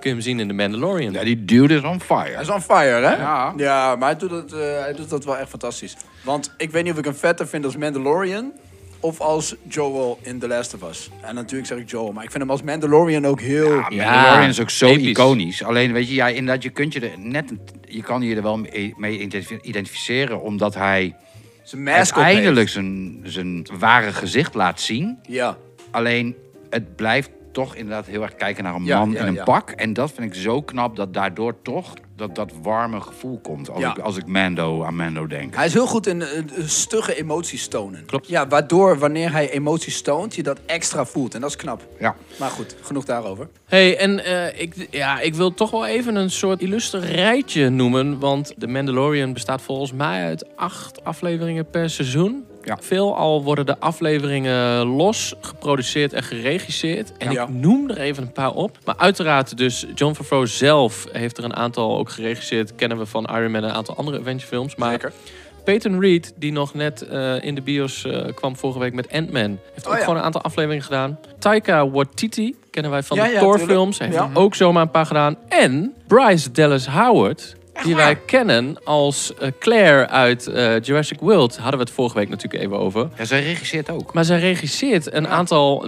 S3: kun je hem zien in The Mandalorian.
S5: Ja, die dude is on
S4: Hij
S5: fire.
S4: is on fire, hè?
S5: Ja.
S4: Ja, maar hij doet, dat, eh, hij doet dat wel echt fantastisch. Want ik weet niet of ik hem vetter vind als Mandalorian... of als Joel in The Last of Us. En natuurlijk zeg ik Joel, maar ik vind hem als Mandalorian ook heel...
S5: Ja, Ah, Mandalorian is ook zo
S3: episch.
S5: iconisch. Alleen, weet je, ja, inderdaad, je kunt je er net... een- Je kan je er wel mee mee identif- identificeren, omdat hij
S4: Zijn mask op
S5: uiteindelijk zijn, zijn ware gezicht laat zien.
S4: heeft. Ja.
S5: Alleen, het blijft toch inderdaad heel erg kijken naar een
S4: Ja,
S5: man
S4: ja,
S5: in een
S4: ja.
S5: pak. En dat vind ik zo knap, dat daardoor toch dat, dat warme gevoel komt. Als,
S4: Ja.
S5: ik, als ik Mando aan Mando denk.
S4: Hij is heel goed in eh, stugge emoties tonen.
S3: Klopt.
S4: Ja, waardoor wanneer hij emoties toont, je dat extra voelt. En dat is knap.
S5: Ja.
S4: Maar goed, genoeg daarover.
S3: Hey, en eh, ik, ja, ik wil toch wel even een soort illustre rijtje noemen. Want The Mandalorian bestaat volgens mij uit acht afleveringen per seizoen.
S5: Ja.
S3: Veelal worden de afleveringen los geproduceerd en geregisseerd. En
S4: Ja.
S3: ik noem er even een paar op. Maar uiteraard dus John Favreau zelf heeft er een aantal ook geregisseerd. Kennen we van Iron Man en een aantal andere Avengers films. Maar
S4: Zeker.
S3: Peyton Reed, die nog net eh, in de bios eh, kwam vorige week met Ant-Man, heeft
S4: Oh
S3: ook
S4: ja.
S3: gewoon een aantal afleveringen gedaan. Taika Waititi, kennen wij van
S4: Ja,
S3: de
S4: ja,
S3: Thor
S4: tuurlijk.
S3: films, heeft
S4: Ja.
S3: er ook zomaar een paar gedaan. En Bryce Dallas Howard, die wij kennen als eh, Claire uit eh, Jurassic World. Hadden we het vorige week natuurlijk even over.
S5: Ja, zij regisseert ook.
S3: Maar zij regisseert een aantal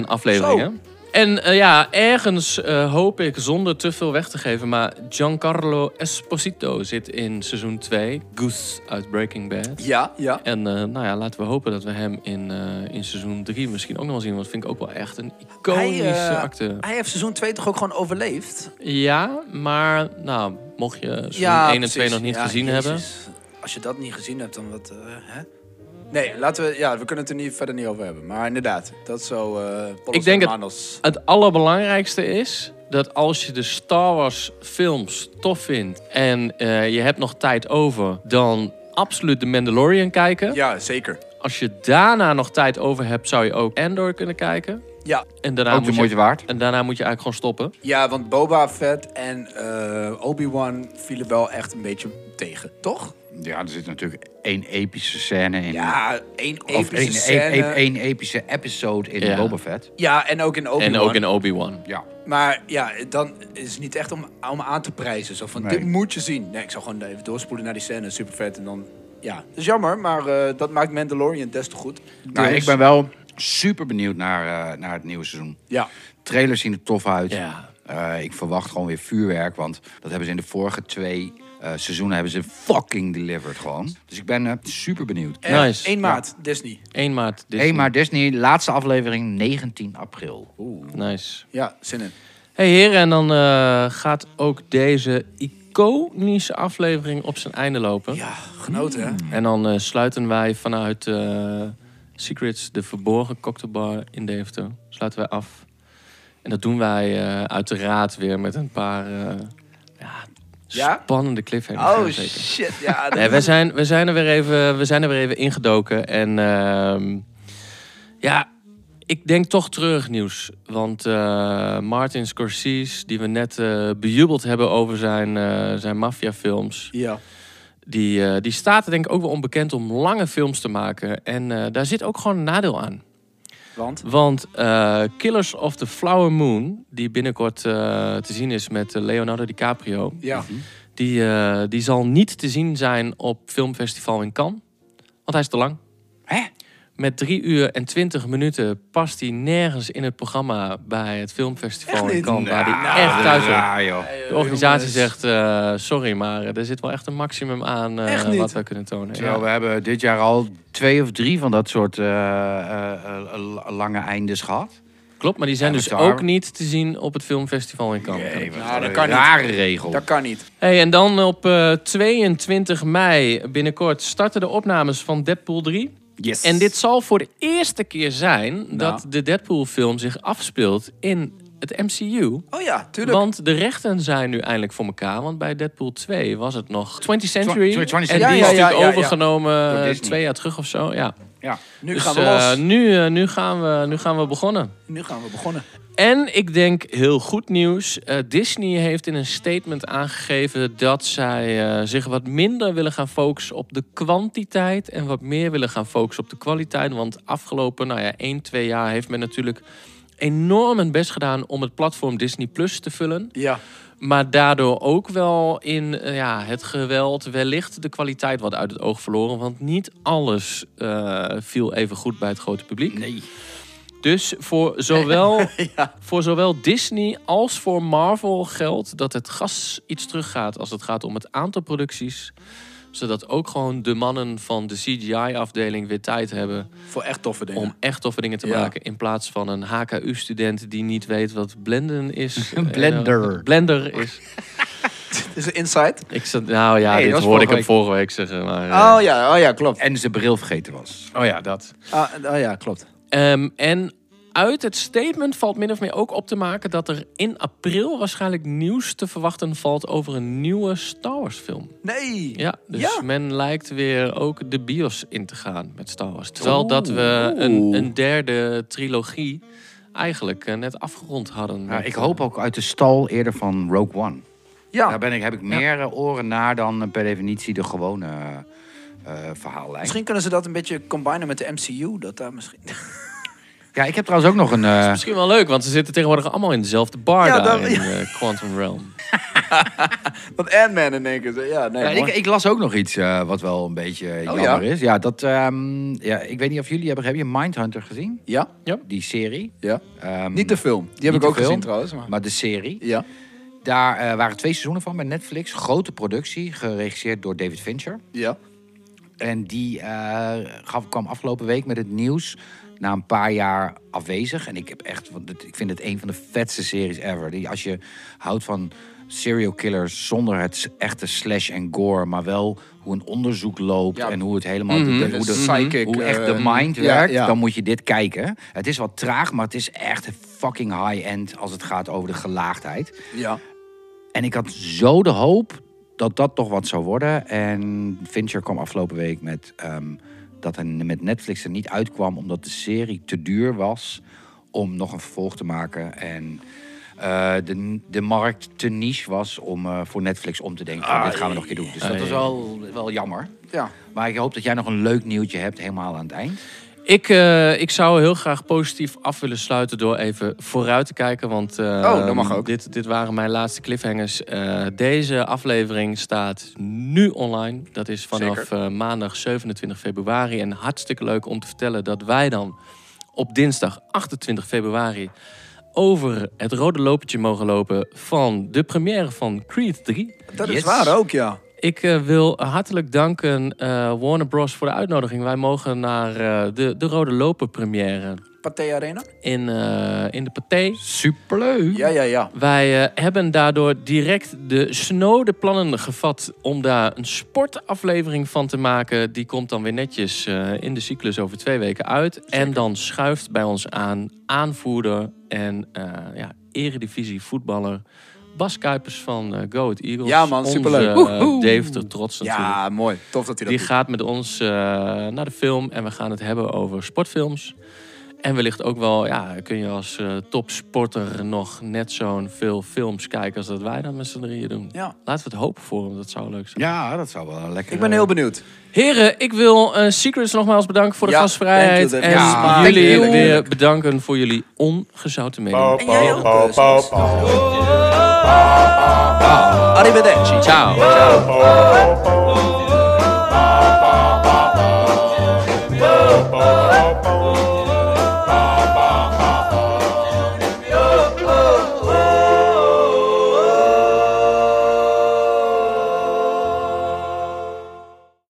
S3: Mandalorian-afleveringen. En eh, ja, ergens eh, hoop ik, zonder te veel weg te geven... maar Giancarlo Esposito zit in seizoen 2. Goose uit Breaking Bad.
S4: Ja, ja.
S3: En eh, nou ja, laten we hopen dat we hem in, eh, in seizoen 3 misschien ook nog wel zien. Want dat vind ik ook wel echt een iconische
S4: Hij, eh,
S3: acteur.
S4: Hij heeft seizoen 2 toch ook gewoon overleefd?
S3: Ja, maar nou, mocht je seizoen 1 en 2 nog niet gezien hebben...
S4: hebben. Als je dat niet gezien hebt, dan wat... eh, hè? Nee, laten we... Ja, we kunnen het er niet, verder niet over hebben. Maar inderdaad, dat zo... eh
S3: Ik denk het-
S4: Manos.
S3: Het allerbelangrijkste is dat als je de Star Wars films tof vindt en eh, je hebt nog tijd over, dan absoluut de Mandalorian kijken.
S4: Ja, zeker.
S3: Als je daarna nog tijd over hebt, zou je ook Andor kunnen kijken.
S4: Ja.
S3: En daarna,
S5: Ook de
S3: moet,
S5: moeite
S3: je,
S5: waard.
S3: en daarna moet je eigenlijk gewoon stoppen.
S4: ja, want Boba Fett en eh, Obi-Wan vielen wel echt een beetje tegen, toch?
S5: Ja, er zit natuurlijk één epische scène in.
S4: Ja, één
S5: Of
S4: epische
S5: één,
S4: scène.
S5: één- één epische episode in
S3: Ja.
S5: Boba Fett.
S4: Ja, en ook in Obi-Wan.
S3: En ook in Obi-Wan.
S5: Ja.
S4: Maar ja, dan is het niet echt om, om aan te prijzen. Zo van,
S5: Nee.
S4: dit moet je zien. Nee, ik zou gewoon even doorspoelen naar die scène. Super vet. En dan, ja. Dat is jammer, maar eh, dat maakt Mandalorian des te goed.
S5: Nou,
S4: Dus-
S5: ik ben wel super benieuwd naar, eh, naar het nieuwe seizoen.
S4: Ja.
S5: Trailers zien er tof uit.
S3: Ja.
S5: Eh, ik verwacht gewoon weer vuurwerk, want dat hebben ze in de vorige twee eh, seizoenen hebben ze fucking delivered gewoon. Dus ik ben eh, super benieuwd.
S4: En
S3: Nice.
S4: één maat, Disney.
S3: 1 maart. Disney.
S5: Hey, maar Disney, laatste aflevering 19 april.
S3: Nice.
S4: Ja, zin in.
S3: Hey heren, en dan eh, gaat ook deze iconische aflevering op zijn einde lopen.
S4: Ja, genoten hè?
S3: En dan eh, sluiten wij vanuit eh, Secrets, de verborgen cocktailbar in Deventer, sluiten wij af. En dat doen wij eh, uiteraard weer met een paar eh, ja,
S4: Ja?
S3: spannende cliffhangers.
S4: Oh
S3: ja, zeker.
S4: shit, ja. dat-
S3: Nee, we zijn, we, zijn er weer even, we zijn er weer even ingedoken. En ehm, ja, ik denk toch terug nieuws. Want eh, Martin Scorsese, die we net eh, bejubeld hebben over zijn, eh zijn maffiafilms...
S4: Ja.
S3: Die, eh, die staat er denk ik ook wel onbekend om lange films te maken. En eh, daar zit ook gewoon een nadeel aan.
S4: Want?
S3: Want eh, Killers of the Flower Moon, die binnenkort eh, te zien is met eh, Leonardo DiCaprio,
S4: Ja.
S3: die, eh, die zal niet te zien zijn op filmfestival in Cannes. Want hij is te lang.
S5: Hè?
S3: Met drie uur en twintig minuten past hij nergens in het programma bij het filmfestival in Cannes. Waar hij echt thuis hoort.
S5: Ah, Ja, joh.
S4: Eh,
S3: De organisatie zegt, eh, sorry, maar eh, er zit wel echt een maximum aan eh,
S4: Echt niet?
S3: wat we kunnen tonen.
S5: Terwijl we hebben dit jaar al twee of drie van dat soort eh, eh, eh, l- lange eindes gehad.
S3: Klopt, maar die zijn
S5: Ja,
S3: dus
S5: met de
S3: ook
S5: arm.
S3: niet te zien op het filmfestival in Cannes.
S4: Nou, dat kan
S5: Een
S4: niet.
S5: rare regel.
S4: Dat kan niet.
S3: Hey, en dan op eh, 22 mei binnenkort starten de opnames van Deadpool 3.
S5: Yes.
S3: En dit zal voor de eerste keer zijn dat
S4: Nou.
S3: de Deadpool-film zich afspeelt in het MCU.
S4: Oh ja, tuurlijk.
S3: Want de rechten zijn nu eindelijk voor elkaar. Want bij Deadpool 2 was het nog 20th Century.
S5: Tw- tw- 20th
S3: en die
S4: Ja, ja,
S3: is
S4: ja,
S3: natuurlijk
S4: ja, ja.
S3: overgenomen
S5: Door
S3: eh,
S5: Disney.
S3: twee jaar terug of zo. Ja.
S5: Ja.
S4: nu,
S3: dus
S4: gaan we
S3: eh,
S4: los.
S3: nu, eh, nu, gaan we, nu gaan we begonnen.
S4: nu gaan we begonnen.
S3: En ik denk heel goed nieuws. eh, Disney heeft in een statement aangegeven dat zij eh, zich wat minder willen gaan focussen op de kwantiteit. En wat meer willen gaan focussen op de kwaliteit. Want afgelopen nou ja, 1, 2 jaar heeft men natuurlijk enorm hun best gedaan om het platform Disney Plus te vullen.
S4: Ja.
S3: Maar daardoor ook wel in eh, ja, het geweld wellicht de kwaliteit wat uit het oog verloren. Want niet alles eh, viel even goed bij het grote publiek.
S5: Nee.
S3: Dus voor zowel, voor zowel Disney als voor Marvel geldt dat het gas iets teruggaat als het gaat om het aantal producties. Zodat ook gewoon de mannen van de CGI-afdeling weer tijd hebben
S4: Voor echt toffe dingen.
S3: om echt toffe dingen te
S4: Ja.
S3: maken. In plaats van een HKU-student die niet weet wat blenden is.
S5: blender.
S3: Eh, wat blender is.
S4: Is er insight?
S3: Ik zat, nou ja,
S5: Nee, dat
S3: dit
S5: was
S3: hoorde ik
S5: vorige
S3: hem vorige week zeggen. Maar, eh,
S4: Oh ja, oh ja, klopt.
S5: En zijn bril vergeten was.
S3: oh ja, dat.
S4: Ah, oh ja, klopt.
S3: Ehm, en uit het statement valt min of meer ook op te maken dat er in april waarschijnlijk nieuws te verwachten valt over een nieuwe Star Wars film.
S4: Nee.
S3: Ja, dus
S4: Ja.
S3: men lijkt weer ook de bios in te gaan met Star Wars. Terwijl dat we een, een derde trilogie eigenlijk eh, net afgerond hadden.
S5: Nou,
S3: met,
S5: ik
S3: eh,
S5: hoop ook uit de stal eerder van Rogue One.
S4: Ah. Ja.
S5: Daar ben ik, heb ik meer eh, oren naar dan eh, per definitie de gewone eh, eh, verhaallijn.
S4: Misschien kunnen ze dat een beetje combinen met de MCU. Dat daar misschien...
S5: Ja, ik heb trouwens ook nog een... eh,
S3: Misschien wel leuk, want ze zitten tegenwoordig allemaal in dezelfde bar
S4: Ja,
S3: daar
S4: dat-
S3: in eh, Quantum Realm.
S4: Dat Ant-Man in één keer. zei, Ja, nee,
S5: Ja, ik,
S4: mooi.
S5: ik las ook nog iets eh, wat wel een beetje eh,
S4: Oh,
S5: jammer
S4: ja.
S5: is. Ja, dat, ehm, ja, ik weet niet of jullie hebben, heb je Mindhunter gezien?
S4: ja,
S5: Die serie.
S4: ja.
S5: Ehm,
S4: Niet de film. Die heb
S5: niet
S4: ik
S5: de
S4: ook
S5: film,
S4: gezien trouwens. Maar,
S5: Maar de serie.
S4: ja.
S5: Daar eh, waren twee seizoenen van bij Netflix. Grote productie, geregisseerd door David Fincher.
S4: Ja.
S5: En die eh, gaf, kwam afgelopen week met het nieuws na een paar jaar afwezig. En ik heb echt, want het- ik vind het een van de vetste series ever. Die, als je houdt van serial killers zonder het s- echte slash en gore, maar wel hoe een onderzoek loopt
S4: Ja, Mhm.
S5: en hoe het helemaal de- de- hoe,
S4: de
S5: de,
S4: psychic,
S5: hoe echt de
S4: eh,
S5: mind
S4: ja,
S5: werkt,
S4: ja.
S5: dan moet je dit kijken. Het is wat traag, maar het is echt fucking high end als het gaat over de gelaagdheid.
S4: Ja.
S5: En ik had zo de hoop dat dat toch wat zou worden. En Fincher kwam afgelopen week met ehm, dat hij met Netflix er niet uitkwam omdat de serie te duur was om nog een vervolg te maken. En eh, de, de markt te niche was om eh, voor Netflix om te denken. van, dit gaan we nog een keer doen. Dus dat is wel, wel jammer.
S4: Ja.
S5: Maar ik hoop dat jij nog een leuk nieuwtje hebt helemaal aan het eind.
S3: Ik, eh, ik zou heel graag positief af willen sluiten door even vooruit te kijken. Want eh,
S4: Oh, dat mag ook.
S3: Dit, dit waren mijn laatste cliffhangers. Eh, deze aflevering staat nu online. Dat is vanaf eh, maandag 27 februari. En hartstikke leuk om te vertellen dat wij dan op dinsdag 28 februari over het rode lopertje mogen lopen van de première van Creed 3.
S4: Dat is
S5: Yes.
S4: waar ook, ja.
S3: Ik eh, wil hartelijk danken eh, Warner Bros. voor de uitnodiging. Wij mogen naar eh, de, de Rode Loper première
S4: Pathé Arena?
S3: in, eh, in de Pathé.
S5: Superleuk!
S4: Ja, ja, ja.
S3: Wij eh, hebben daardoor direct de snode plannen gevat om daar een sportaflevering van te maken. Die komt dan weer netjes eh, in de cyclus over twee weken uit. En dan schuift bij ons aan aanvoerder en eh, ja, eredivisie voetballer Bas Kuipers van eh Go Ahead Eagles.
S4: Ja, man,
S3: Onze,
S4: superleuk.
S3: eh, Deventer trots natuurlijk.
S4: Ja, mooi. Tof dat hij dat
S3: Die
S4: doet.
S3: gaat met ons eh, naar de film en we gaan het hebben over sportfilms. En wellicht ook wel, ja, kun je als eh, topsporter nog net zo'n veel films kijken als dat wij dan met z'n drieën doen.
S4: Ja.
S3: Laten we het hopen voor hem, dat zou leuk zijn.
S5: Ja, dat zou wel een lekker...
S4: Ik ben heel benieuwd.
S3: Heren, ik wil eh, Secrets nogmaals bedanken voor de
S4: Ja,
S3: gastvrijheid.
S4: thank
S3: en
S4: you, David.
S5: Ja,
S3: jullie
S5: thank you.
S3: weer bedanken voor jullie ongezouten
S4: Oh,
S3: mening.
S4: Arrivederci. Ciao.
S2: Ciao.